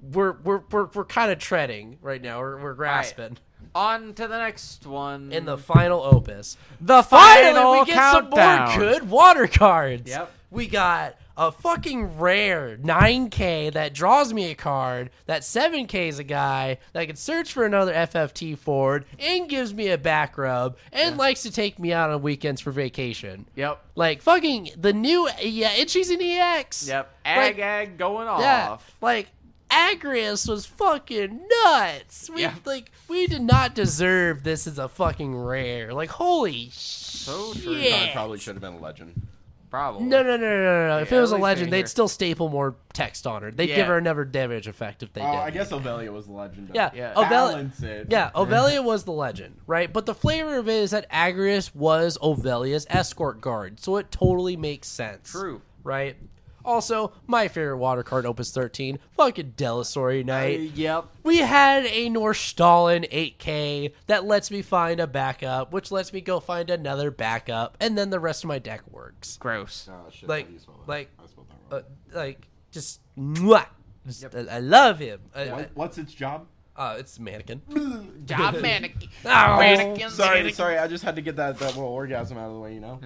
we're we're we're, we're kind of treading right now we're, we're grasping
On to the next one.
in the final opus
Mm-hmm. the
finally we get
countdown.
some more good water cards
Yep.
we got a fucking rare 9k that draws me a card that 7k is a guy that can search for another fft forward and gives me a back rub and likes to take me out on weekends for vacation
Yep.
like fucking the new yeah itchies and ex
Yep.
Like-
Ag ag going off.
like Agrius was fucking nuts. We
Yeah.
like we did not deserve this as a fucking rare. Like holy
So true.
shit.
It probably should have been a legend.
Probably.
No, no, no, no, no, no. if
Yeah,
it was a
at least
legend, they'd
they're here.
still staple more text on her. They'd
Yeah.
give her another damage effect if they
Oh,
did.
I guess Ovelia was the legend.
Yeah, Oh,
Yeah.
Ovel-
Balance it.
yeah, Ovelia was the legend, right? But the flavor of it is that Agrius was Ovelia's escort guard, so it totally makes sense.
True.
right? Also, my favorite water card, Opus 13, fucking Delisori Knight.
Uh, Yep.
We had a Norstalin 8K that lets me find a backup, which lets me go find another backup, and then the rest of my deck works.
Gross.
Oh, shit,
Like-
how do you spell that?
like-
I spelled that wrong.
Uh, like, just, mwah. Just- I, I love him. I-
What- what's its job?
I- uh, it's mannequin.
Job mannequin.
Oh,
Mannequins.
Sorry, sorry, I just had to get that, that little orgasm out of the way, you know?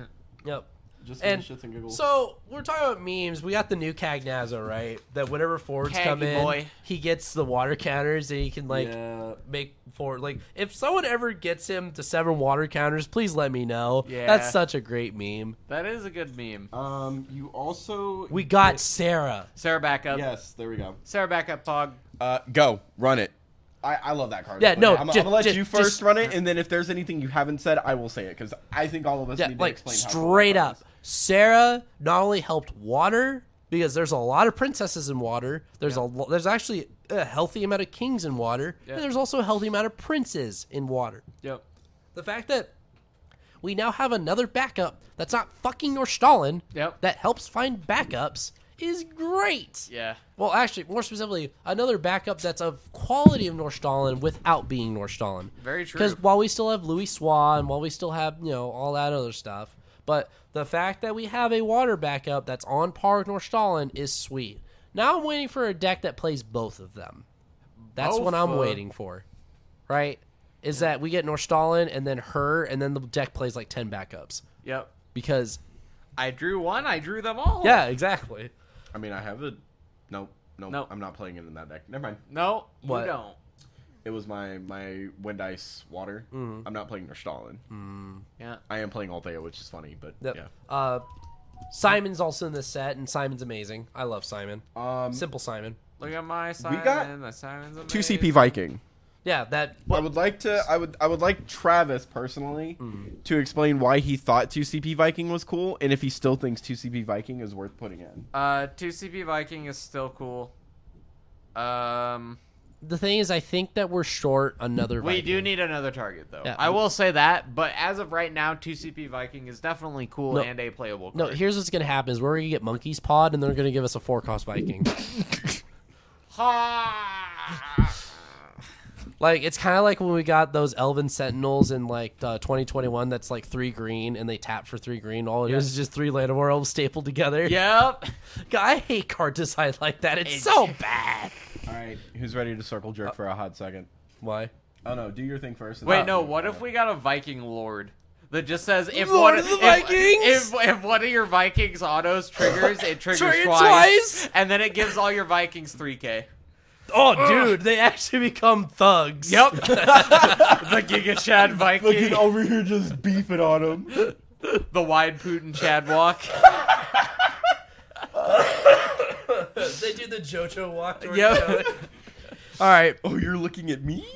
Yep.
Just for
And
the shits and giggles.
So we're talking about memes. We got the new Cagnazzo, right? That whenever Fords
Caggy
come in,
boy.
he gets the water counters, and he can like
yeah.
make for like if someone ever gets him to seven water counters, please let me know.
Yeah.
That's such a great meme.
That is a good meme.
Um, you also
We got Sarah.
Sarah backup.
yes, there we go.
Sarah backup pog.
Uh, go run it.
I, I love that card.
Yeah,
But
no,
I'm,
ju-
I'm gonna let
ju-
you first
just-
run it, and then if there's anything you haven't said, I will say it because I think all of us
Yeah,
need to
like
explain. how cool that
straight
card
up. Sarah not only helped water because there's a lot of princesses in water. There's a lo- there's actually a healthy amount of kings in water.
Yeah.
And there's also a healthy amount of princes in water.
Yep.
The fact that we now have another backup that's not fucking nor Stalin
Yep.
that helps find backups is great.
Yeah.
Well, actually, more specifically, another backup that's of quality of Norstalin without being Norstalin.
Very true.
Because while we still have Louis Swa and while we still have, you know, all that other stuff, but the fact that we have a water backup that's on par with Norstalin is sweet. Now I'm waiting for a deck that plays both of them. That's what I'm
Both, uh,
waiting for. Right? Is that we get Norstalin and then her and then the deck plays like 10 backups.
Yep.
Because
I drew one. I drew them all.
yeah, exactly.
I mean, I have a. Nope. Nope.
Nope.
I'm not playing it in that deck. Never mind.
No, you
What?
don't.
It was my my wind ice water.
Mm-hmm.
I'm not playing Nerstalin.
Yeah.
I am playing Althea, which is funny, but
Yep.
yeah.
Uh, Simon's also in this set, and Simon's amazing. I love Simon.
Um,
Simple Simon.
Look at my Simon.
got
my Simon's
Two
amazing.
CP Viking.
Yeah, that.
I
Well,
would like to.
to- I would I would like Travis personally to explain why he thought 2CP Viking was cool and if he still thinks 2CP Viking is worth putting in.
Uh, two CP Viking is still cool. Um,
the thing is, I think that we're short another.
we
Viking.
do need another target though.
Yeah.
I will say that, but as of right now, two CP Viking is definitely cool
No.
and a playable. Card.
No, here's what's gonna happen: is we're gonna get Monkey's Pod, and they're gonna give us a four cost Viking.
Ha!
like it's kind of like when we got those Elven Sentinels in like uh, 2021. That's like three green, and they tap for three green. All it is
Yeah.
is just three Land of War elves stapled together.
yep.
God, I hate card design like that. It's so bad.
All right.
Who's ready to circle jerk for a hot second?
Why?
Oh no, do your thing first. and
Wait,
then-
no. What if we got a Viking Lord that just says if
Lord
one
of the
if-
Vikings?
If, if, one of your Vikings autos triggers, it triggers
Trigger
twice,
twice?
and then it gives all your Vikings three K.
Oh, dude, they actually become thugs.
Yep. the Giga Chad
Fucking
Viking.
over here just beefing on him.
The wide Putin Chad walk.
they do the JoJo walk.
Yep.
All right.
Oh, you're looking at me?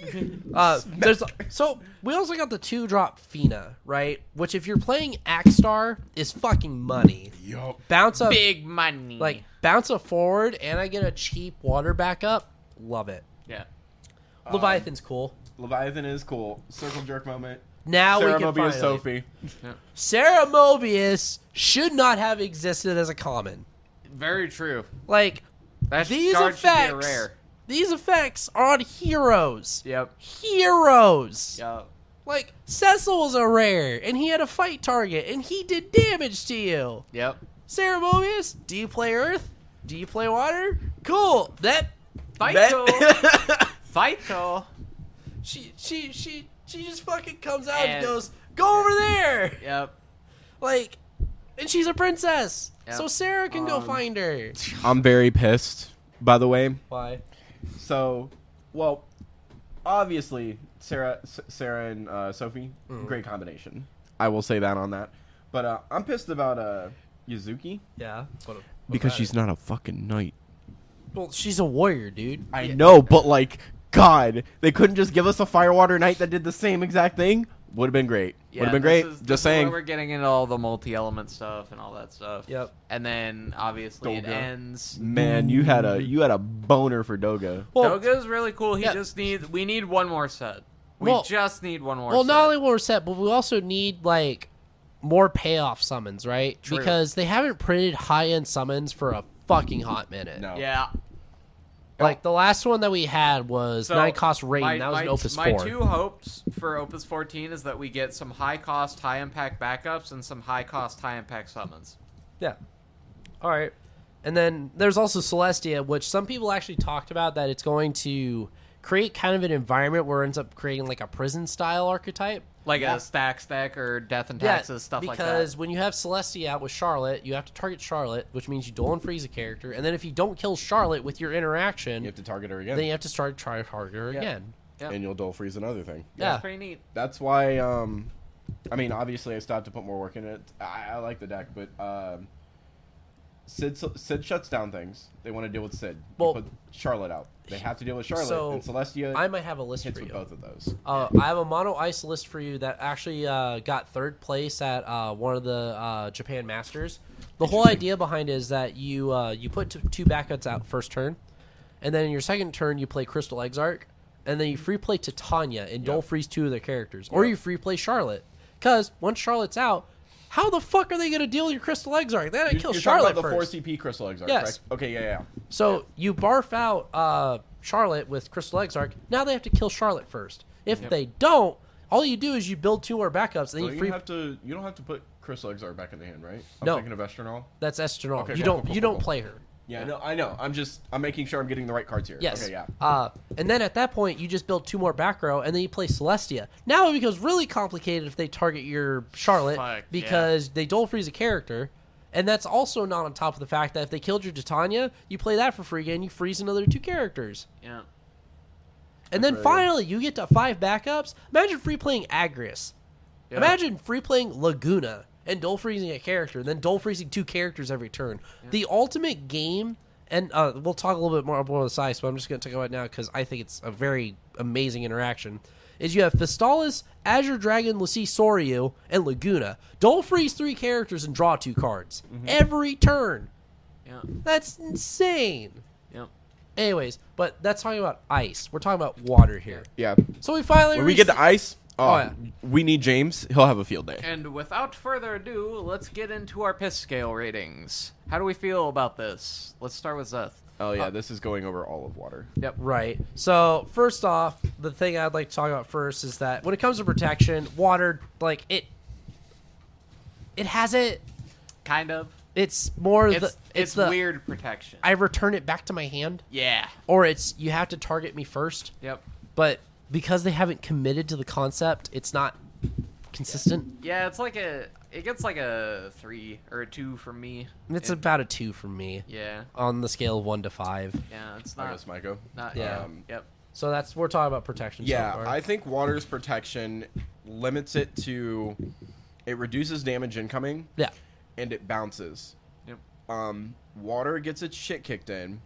Uh, there's so we also got the two drop Fina, right? Which if you're playing Axstar is fucking money.
Yup.
Bounce up
Big money.
like bounce a forward and I get a cheap water backup. Love it.
yeah.
Um, Leviathan's cool.
Leviathan is cool. Circle jerk moment.
Now
Sarah
we can
Mobius
finally.
Sophie.
Sarah Mobius should not have existed as a common.
Very true.
Like
That
these
card should be a
effects,
rare.
these effects are on heroes.
Yep.
Heroes.
Yep.
Like Cecil was a rare, and he had a fight target, and he did damage to you.
Yep.
Sarah Mobius, do you play Earth? Do you play Water? Cool. That
Vital. Vital.
she she she she just fucking comes out and,
And-
goes, "Go over there!"
Yep.
Like, and she's a princess,
Yep.
so Sarah can go
Um,
find her.
I'm very pissed, by the way.
Why?
So, well, obviously, Sarah, S- Sarah and uh, Sophie,
Mm-hmm.
great combination. I will say that on that. But uh, I'm pissed about uh, Yuzuki
Yeah.
because she's not a fucking knight.
well, she's a warrior, dude.
I know, but like, God, they couldn't just give us a Firewater Knight that did the same exact thing. Would have been great.
Yeah,
Would have been
this
great.
is- this
just
is where
saying.
we're getting into all the multi-element stuff and all that stuff.
Yep.
And then obviously it
Doga.
ends.
Man, you had a you had a boner for Doga.
Well,
Doga's really cool. He
yeah.
just needs. We need one more set. We
Well-
just need one more.
well,
set.
not only will we set, but we also need like more payoff summons, right?
True.
Because they haven't printed high end summons for a fucking hot minute.
No.
Yeah.
Like the last one that we had was
So,
nine cost rain.
my-
that was
my,
an opus
my
four.
two hopes for Opus 14 is that we get some high cost, high impact backups and some high cost, high impact summons.
Yeah. All right. And then there's also Celestia, which some people actually talked about that it's going to create kind of an environment where it ends up creating like a prison style archetype.
Like a stack stack or death and
Yeah,
taxes, stuff like
Because
that.
when you have Celestia out with Charlotte, you have to target Charlotte, which means you don't freeze a character. And then if you don't kill Charlotte with your interaction,
You have to target her
then
uh,
again,
you have to start trying to target her again.
Yeah.
and you'll dole freeze another thing.
Yeah.
Pretty neat.
That's why. Um, I mean, obviously, I still have to put more work in it. I, I like the deck, but um, Sid Sid shuts down things. They want to deal with Sid. You
Well-
put Charlotte out. They have to deal with Charlotte
So,
and Celestia.
I might have a list
hits
for
with
you.
both of those.
Uh, I have a mono ice list for you that actually uh, got third place at uh, one of the uh, Japan Masters. The whole idea behind it is that you uh, you put t- two backups out first turn, and then in your second turn you play Crystal Exarch, and then you free play Titania and don't freeze two of their characters, or you free play Charlotte. Because once Charlotte's out, how the fuck are they going to deal with your Crystal Exarch? They got to
You're-
kill
you're talking
Charlotte
about the
first.
four CP crystal exarch,
Yes.
correct? Okay, yeah, yeah.
So you barf out uh, Charlotte with Crystal Exarch. Now they have to kill Charlotte first. If they don't, all you do is you build two more backups and
yeah.
you free.
you have to. You don't have to put crystal exarch back in the hand, right? I'm
No.
thinking of Estronol.
That's Estronol.
Okay,
you
cool,
don't
cool, cool,
you
cool,
don't
cool.
play her.
Yeah, no, I know. I'm just. I'm making sure I'm getting the right cards here.
Yes.
Okay, yeah.
Uh, and then at that point, you just build two more back row, and then you play Celestia. Now it becomes really complicated if they target your Charlotte
Fuck, yeah.
because they dole freeze a character, and that's also not on top of the fact that if they killed your Titania, you play that for free again. You freeze another two characters.
Yeah.
And then finally, you get to five backups. Imagine free playing Agris.
Yeah.
Imagine free playing Laguna and dole freezing a character, and then dole freezing two characters every turn. The ultimate game, and uh, we'll talk a little bit more about the size, but I'm just going to talk about it now because I think it's a very amazing interaction. Is you have Fistalis, Azure Dragon, Lucy Soryu, and Laguna. Dole freeze three characters and draw two cards every turn.
Yeah.
That's insane.
Yeah.
Anyways, but that's talking about ice. We're talking about water here.
Yeah.
So we finally
When we
reached-
get to ice, oh,
Oh, yeah.
we need James. He'll have a field day.
And without further ado, let's get into our piss scale ratings. How do we feel about this? Let's start with Zeth.
Oh yeah, this is going over all of water.
Yep.
Right. So first off, the thing I'd like to talk about first is that when it comes to protection, water like it, it has it.
Kind of.
It's more
It's
the
it's,
it's, the
weird protection.
I return it back to my hand,
yeah.
or it's you have to target me first.
Yep.
But because they haven't committed to the concept, it's not consistent.
Yeah, it's like a it gets like a three or a two from me.
It's
It-
about a two from me
yeah.
on the scale of one to five.
Yeah, it's
I
not
guess, Michael.
not
Yeah.
yeah.
Um,
yep.
So that's we're talking about protection. so
Yeah,
far.
I think water's protection limits it to it reduces damage incoming
yeah.
and it bounces.
Yep.
Um, water gets its shit kicked in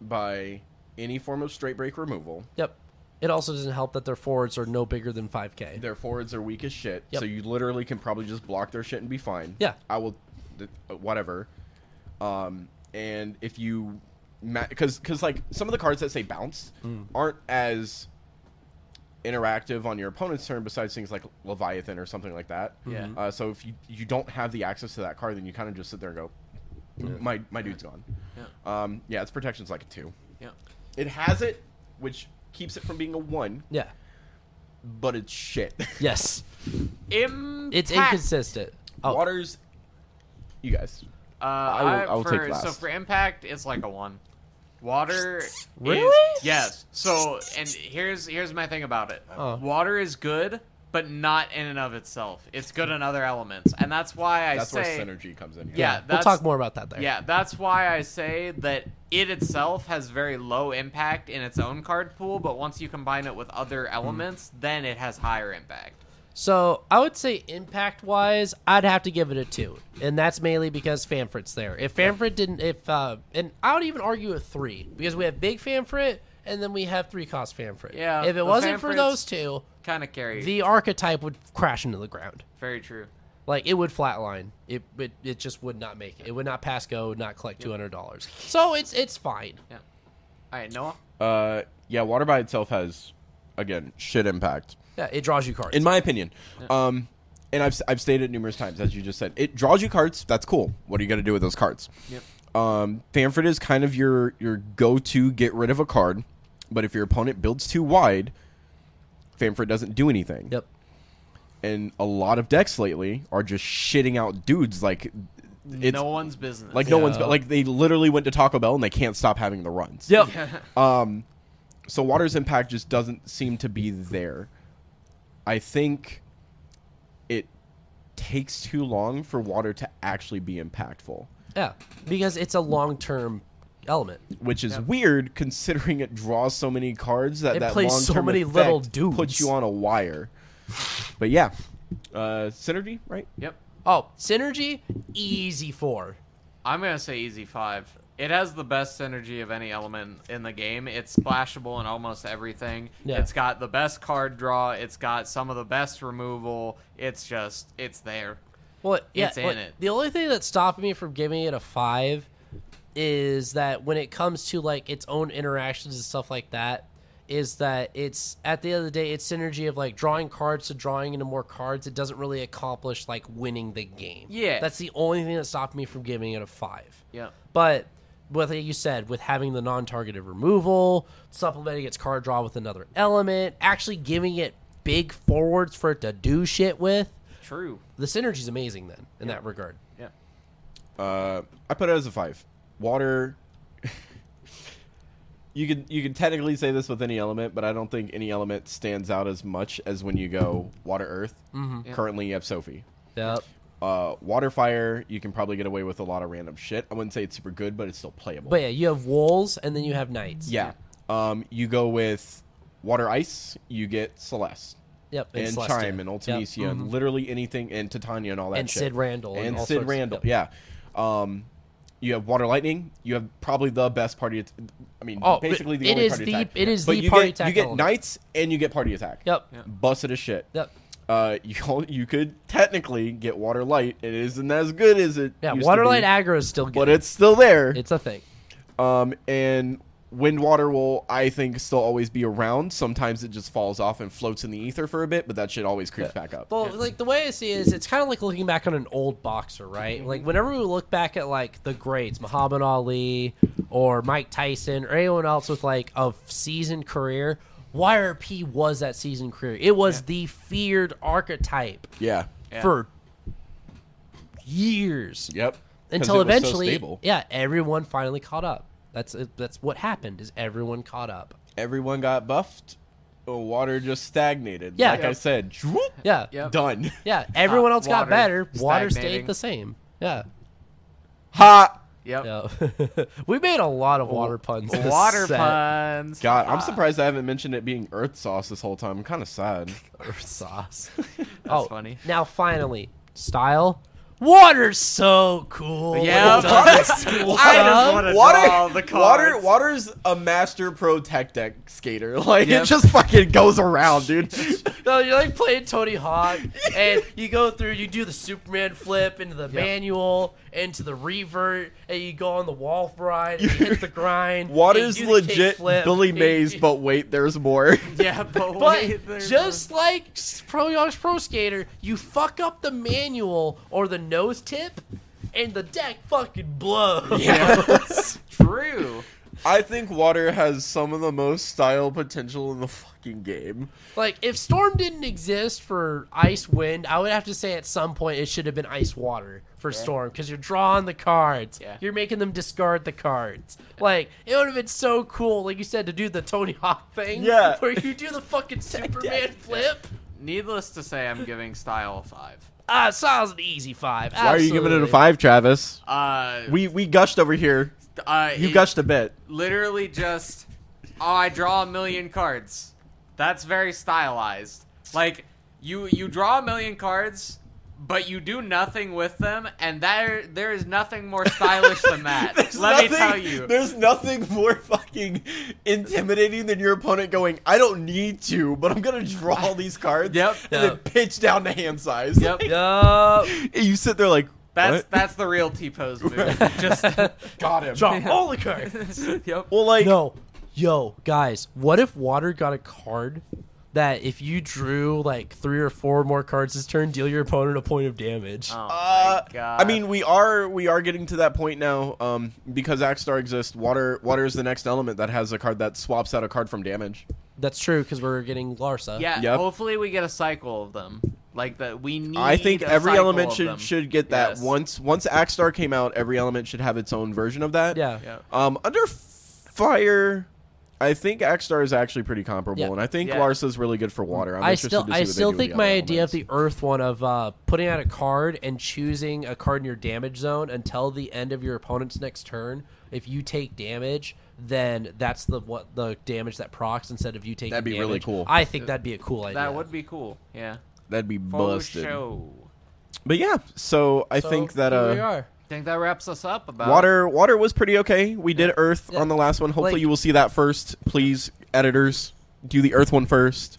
by
any form of straight break removal.
Yep. It also doesn't help that their forwards are no bigger than 5K.
Their forwards are weak as shit,
Yep.
so you literally can probably just block their shit and be fine.
Yeah.
I will, th- uh, whatever. Um, and if you, because because like some of the cards that say bounce
Mm.
aren't as interactive on your opponent's turn. Besides things like Leviathan or something like that.
Yeah.
Uh, so if you you don't have the access to that card, then you kind of just sit there and go, my my dude's gone. Yeah. Um, yeah, its protection's like a two.
Yeah.
It has it, which keeps it from being a one,
Yeah.
but it's shit.
Yes.
Impact.
It's inconsistent. Oh,
Waters, you guys.
Uh,
will-
I,
I will
for,
take last.
So for impact, it's like a one. Water. is-
Really?
yes. So and here's here's my thing about it.
Oh.
Water is good, but not in and of itself. It's good in other elements, and that's why I
That's
say.
where synergy comes in.
Yeah,
we'll
that's,
talk more about that there.
Yeah, that's why I say that it itself has very low impact in its own card pool, but once you combine it with
Hmm.
other elements, then it has higher impact.
So I would say impact wise, I'd have to give it a two, and that's mainly because Fanfrit's there. If Fanfrit didn't, if uh, and I would even argue a three because we have big Fanfrit and then we have three cost Fanfrit.
Yeah,
If it
the
wasn't for
Fanfrits-
those two,
Kind of carry.
the archetype would crash into the ground.
very true.
Like it would flatline. It it, it just would not make it. It would not pass go. Would not collect two hundred dollars. So it's it's fine.
Yeah. All right, Noah.
Uh, yeah. Water by itself has, again, shit impact.
Yeah, it draws you cards.
in my opinion. Um, and I've I've stated it numerous times, as you just said. It draws you cards. That's cool. What are you going to do with those cards?
Yep.
Um, Fanford is kind of your your go to get rid of a card, but if your opponent builds too wide, Fanford doesn't do anything.
yep.
And a lot of decks lately are just shitting out dudes like it's
no one's business.
like no one's
Yeah.
like they literally went to Taco Bell and they can't stop having the runs.
Yep.
so water's impact just doesn't seem to be there. I think it takes too long for water to actually be impactful,
Yeah, because it's a long term element.
which is weird considering it draws so many cards that
It
that
plays so
long-term
many
effect
little dudes.
puts you on a wire. But yeah, uh, synergy, right?
Yep.
Oh, synergy, easy four.
I'm gonna say easy five. It has the best synergy of any element in the game. It's splashable in almost everything.
Yeah.
It's got the best card draw. It's got some of the best removal. It's just, it's there.
Well, yeah,
It's in
well,
it.
The only thing that's stopping me from giving it a five is that when it comes to like its own interactions and stuff like that, is that it's at the end of the day, it's synergy of like drawing cards to drawing into more cards. It doesn't really accomplish like winning the game.
Yeah.
that's the only thing that stopped me from giving it a five.
Yep.
But with like you said, with having the non-targeted removal, supplementing its card draw with another element, actually giving it big forwards for it to do shit with,
True.
the synergy's amazing then in that regard.
Yep.
Uh, I put it as a five. Water. you could you could technically say this with any element, but I don't think any element stands out as much as when you go water earth.
Yeah.
Currently, you have Sophie.
Yep.
Uh, water fire. You can probably get away with a lot of random shit. I wouldn't say it's super good, but it's still playable.
But yeah, you have wolves and then you have knights.
yeah. Um, you go with water ice. You get Celeste.
Yep.
And,
Celestia.
Chime and
Yep. Mm-hmm.
Ultimisia and literally anything and Titania and all that
And
shit.
Sid Randall and
and,
all
Sid
sorts-
Randall. Yeah, um, you have Water Lightning. You have probably the best party. At- I mean,
Oh,
basically the
it
only
is
party
the-
attack.
it is
but
the
you
party
get,
attack
You get
element.
knights and you get party attack.
Yep.
busted as shit.
Yep.
Uh, you you could technically get Water Light. It isn't as good as it.
Yeah,
used to
Waterlight
be,
aggro is still good.
but it's still there.
it's a thing.
Um, and wind water will, I think, still always be around. Sometimes it just falls off and floats in the ether for a bit, but that shit always creeps back up.
Well, like the way I see it is, it's kind of like looking back on an old boxer, right? Like
Mm-hmm.
whenever we look back at like the greats, Muhammad Ali or Mike Tyson or anyone else with like a seasoned career, YRP was that seasoned career. It was the feared archetype
yeah.
for years
Yep. 'Cause
until
it was so
eventually,
stable.
yeah, everyone finally caught up. That's uh, that's what happened. Is everyone caught up?
everyone got buffed. The water just stagnated.
Yeah.
Like I said, droop,
Yeah,
Yep.
done.
yeah. Everyone
Uh,
else got
water
better. Water stayed
stagnating.
the same. Yeah.
Ha!
Yep.
Yeah. we made a lot of water puns. this
Water
set.
puns.
God,
Ah.
I'm surprised I haven't mentioned it being Earth Sauce this whole time. I'm kind of sad.
Earth sauce. That's oh,
funny.
Now finally, style. Water's so cool.
Yeah,
Water's cool.
I just
huh?
wanna draw the
Water, water,
cards.
water's a master pro tech deck skater. Like
Yep.
it just fucking goes around, dude.
No, you're like playing Tony Hawk, and you go through, you do the Superman flip into the manual, into the revert, and you go on the wall ride, and you hit the grind.
Water's
and you do the kick
legit
flip,
Billy
and
Mays,
you-
but wait, there's more.
Yeah, but, wait,
But
there's
just like s- Pro Yosh Pro Skater, you fuck up the manual or the nose tip, and the deck fucking blows.
a- true.
I think water has some of the most style potential in the fucking game.
Like if Storm didn't exist for Ice Wind, I would have to say at some point it should have been Ice Water for Storm because you're drawing the cards.
Yeah.
You're making them discard the cards. Like it would have been so cool, like you said, to do the Tony Hawk thing.
Yeah.
Where you do the fucking Superman flip.
Needless to say, I'm giving style a five.
Ah, sounds an easy five.
Why are you giving it a five, Travis?
Uh,
We we gushed over here.
uh,
You
it-
gushed a bit.
literally just oh i draw a million cards that's very stylized like you you draw a million cards but you do nothing with them and there there is nothing more stylish than that let me tell you
There's nothing more fucking intimidating than your opponent going, I don't need to, but I'm gonna draw all these cards.
Yep.
And
Yeah.
then pitch down to hand size.
Yep.
Yup.
And you sit there like
that's
what?
that's the real t-pose move just oh
got him.
Draw all the cards.
yep
Well like
no, yo, guys, what if Water got a card that if you drew like three or four more cards this turn, deal your opponent a point of damage?
oh
uh,
my god
I mean, we are we are getting to that point now um, because Axstar exists. Water water is the next element that has a card that swaps out a card from damage.
That's true because we're getting Larsa.
yeah
Yep.
hopefully we get a cycle of them like that we need
I think
a
every
cycle
element
of
should
them.
should get that
Yes.
once once Axstar came out. Every element should have its own version of that.
yeah.
yeah
Um, under f- fire, I think Axstar is actually pretty comparable,
Yeah.
and I think
Yeah.
Larsa's really good for water. I'm
I
interested
still,
to see
I
what they
still
do with
think
the
my
other
idea of
elements.
the Earth one of uh, putting out a card and choosing a card in your damage zone until the end of your opponent's next turn. If you take damage, then that's the what the damage that procs instead of you taking.
That'd be really
damage.
cool.
I think that'd be a cool idea.
that would be cool yeah
that'd be
for
busted.
show
But yeah, so I
So,
think that
here we
uh,
are.
think that wraps us up about
water water was pretty okay. We did Earth
Yeah.
on the last one. Hopefully,
Like-
you will see that first. Please, editors, do the Earth one first.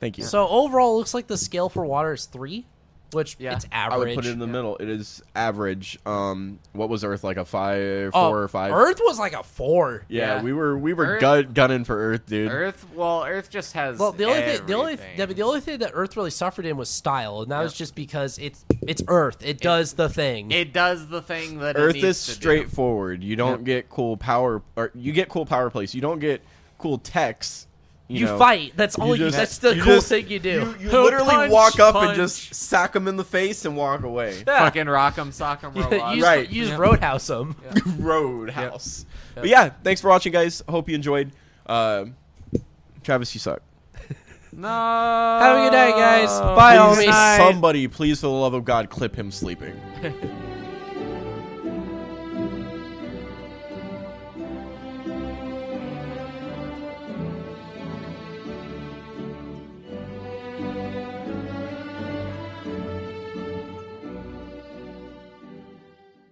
Thank you.
So overall, it looks like the scale for water is three, which
Yeah.
it's
I
average.
would put it in the middle. It is average. Um, what was Earth like a five,
Oh,
four or five?
Earth was like a four.
Yeah,
Yeah.
we were we were
Earth-
gut, gunning for Earth, dude.
Earth, well, Earth just has.
Well, the only thing, the only,
everything.
yeah, but the only thing that Earth really suffered in was style, and that was
Yeah.
just because it's it's Earth. It does the thing.
it does the thing that it
Earth
needs
is
to do.
straightforward. You don't get cool power, or you get cool power plays. You don't get cool techs. You,
you
know.
fight. That's
You
all. You,
just-
that's the
you
cool
just-
thing you do.
You, you
No
literally
punch,
walk up
punch.
and just sack them in the face and walk away.
Yeah.
Fucking rock'em sock'em
You-
robot.
you,
Right.
just you just
Yeah.
roadhouse them.
Roadhouse. But yeah, thanks for watching, guys. Hope you enjoyed. Uh, Travis, you suck.
No.
Have a good night, guys. Bye,
Uh, Please,
homies.
somebody, please, for the love of God, clip him sleeping.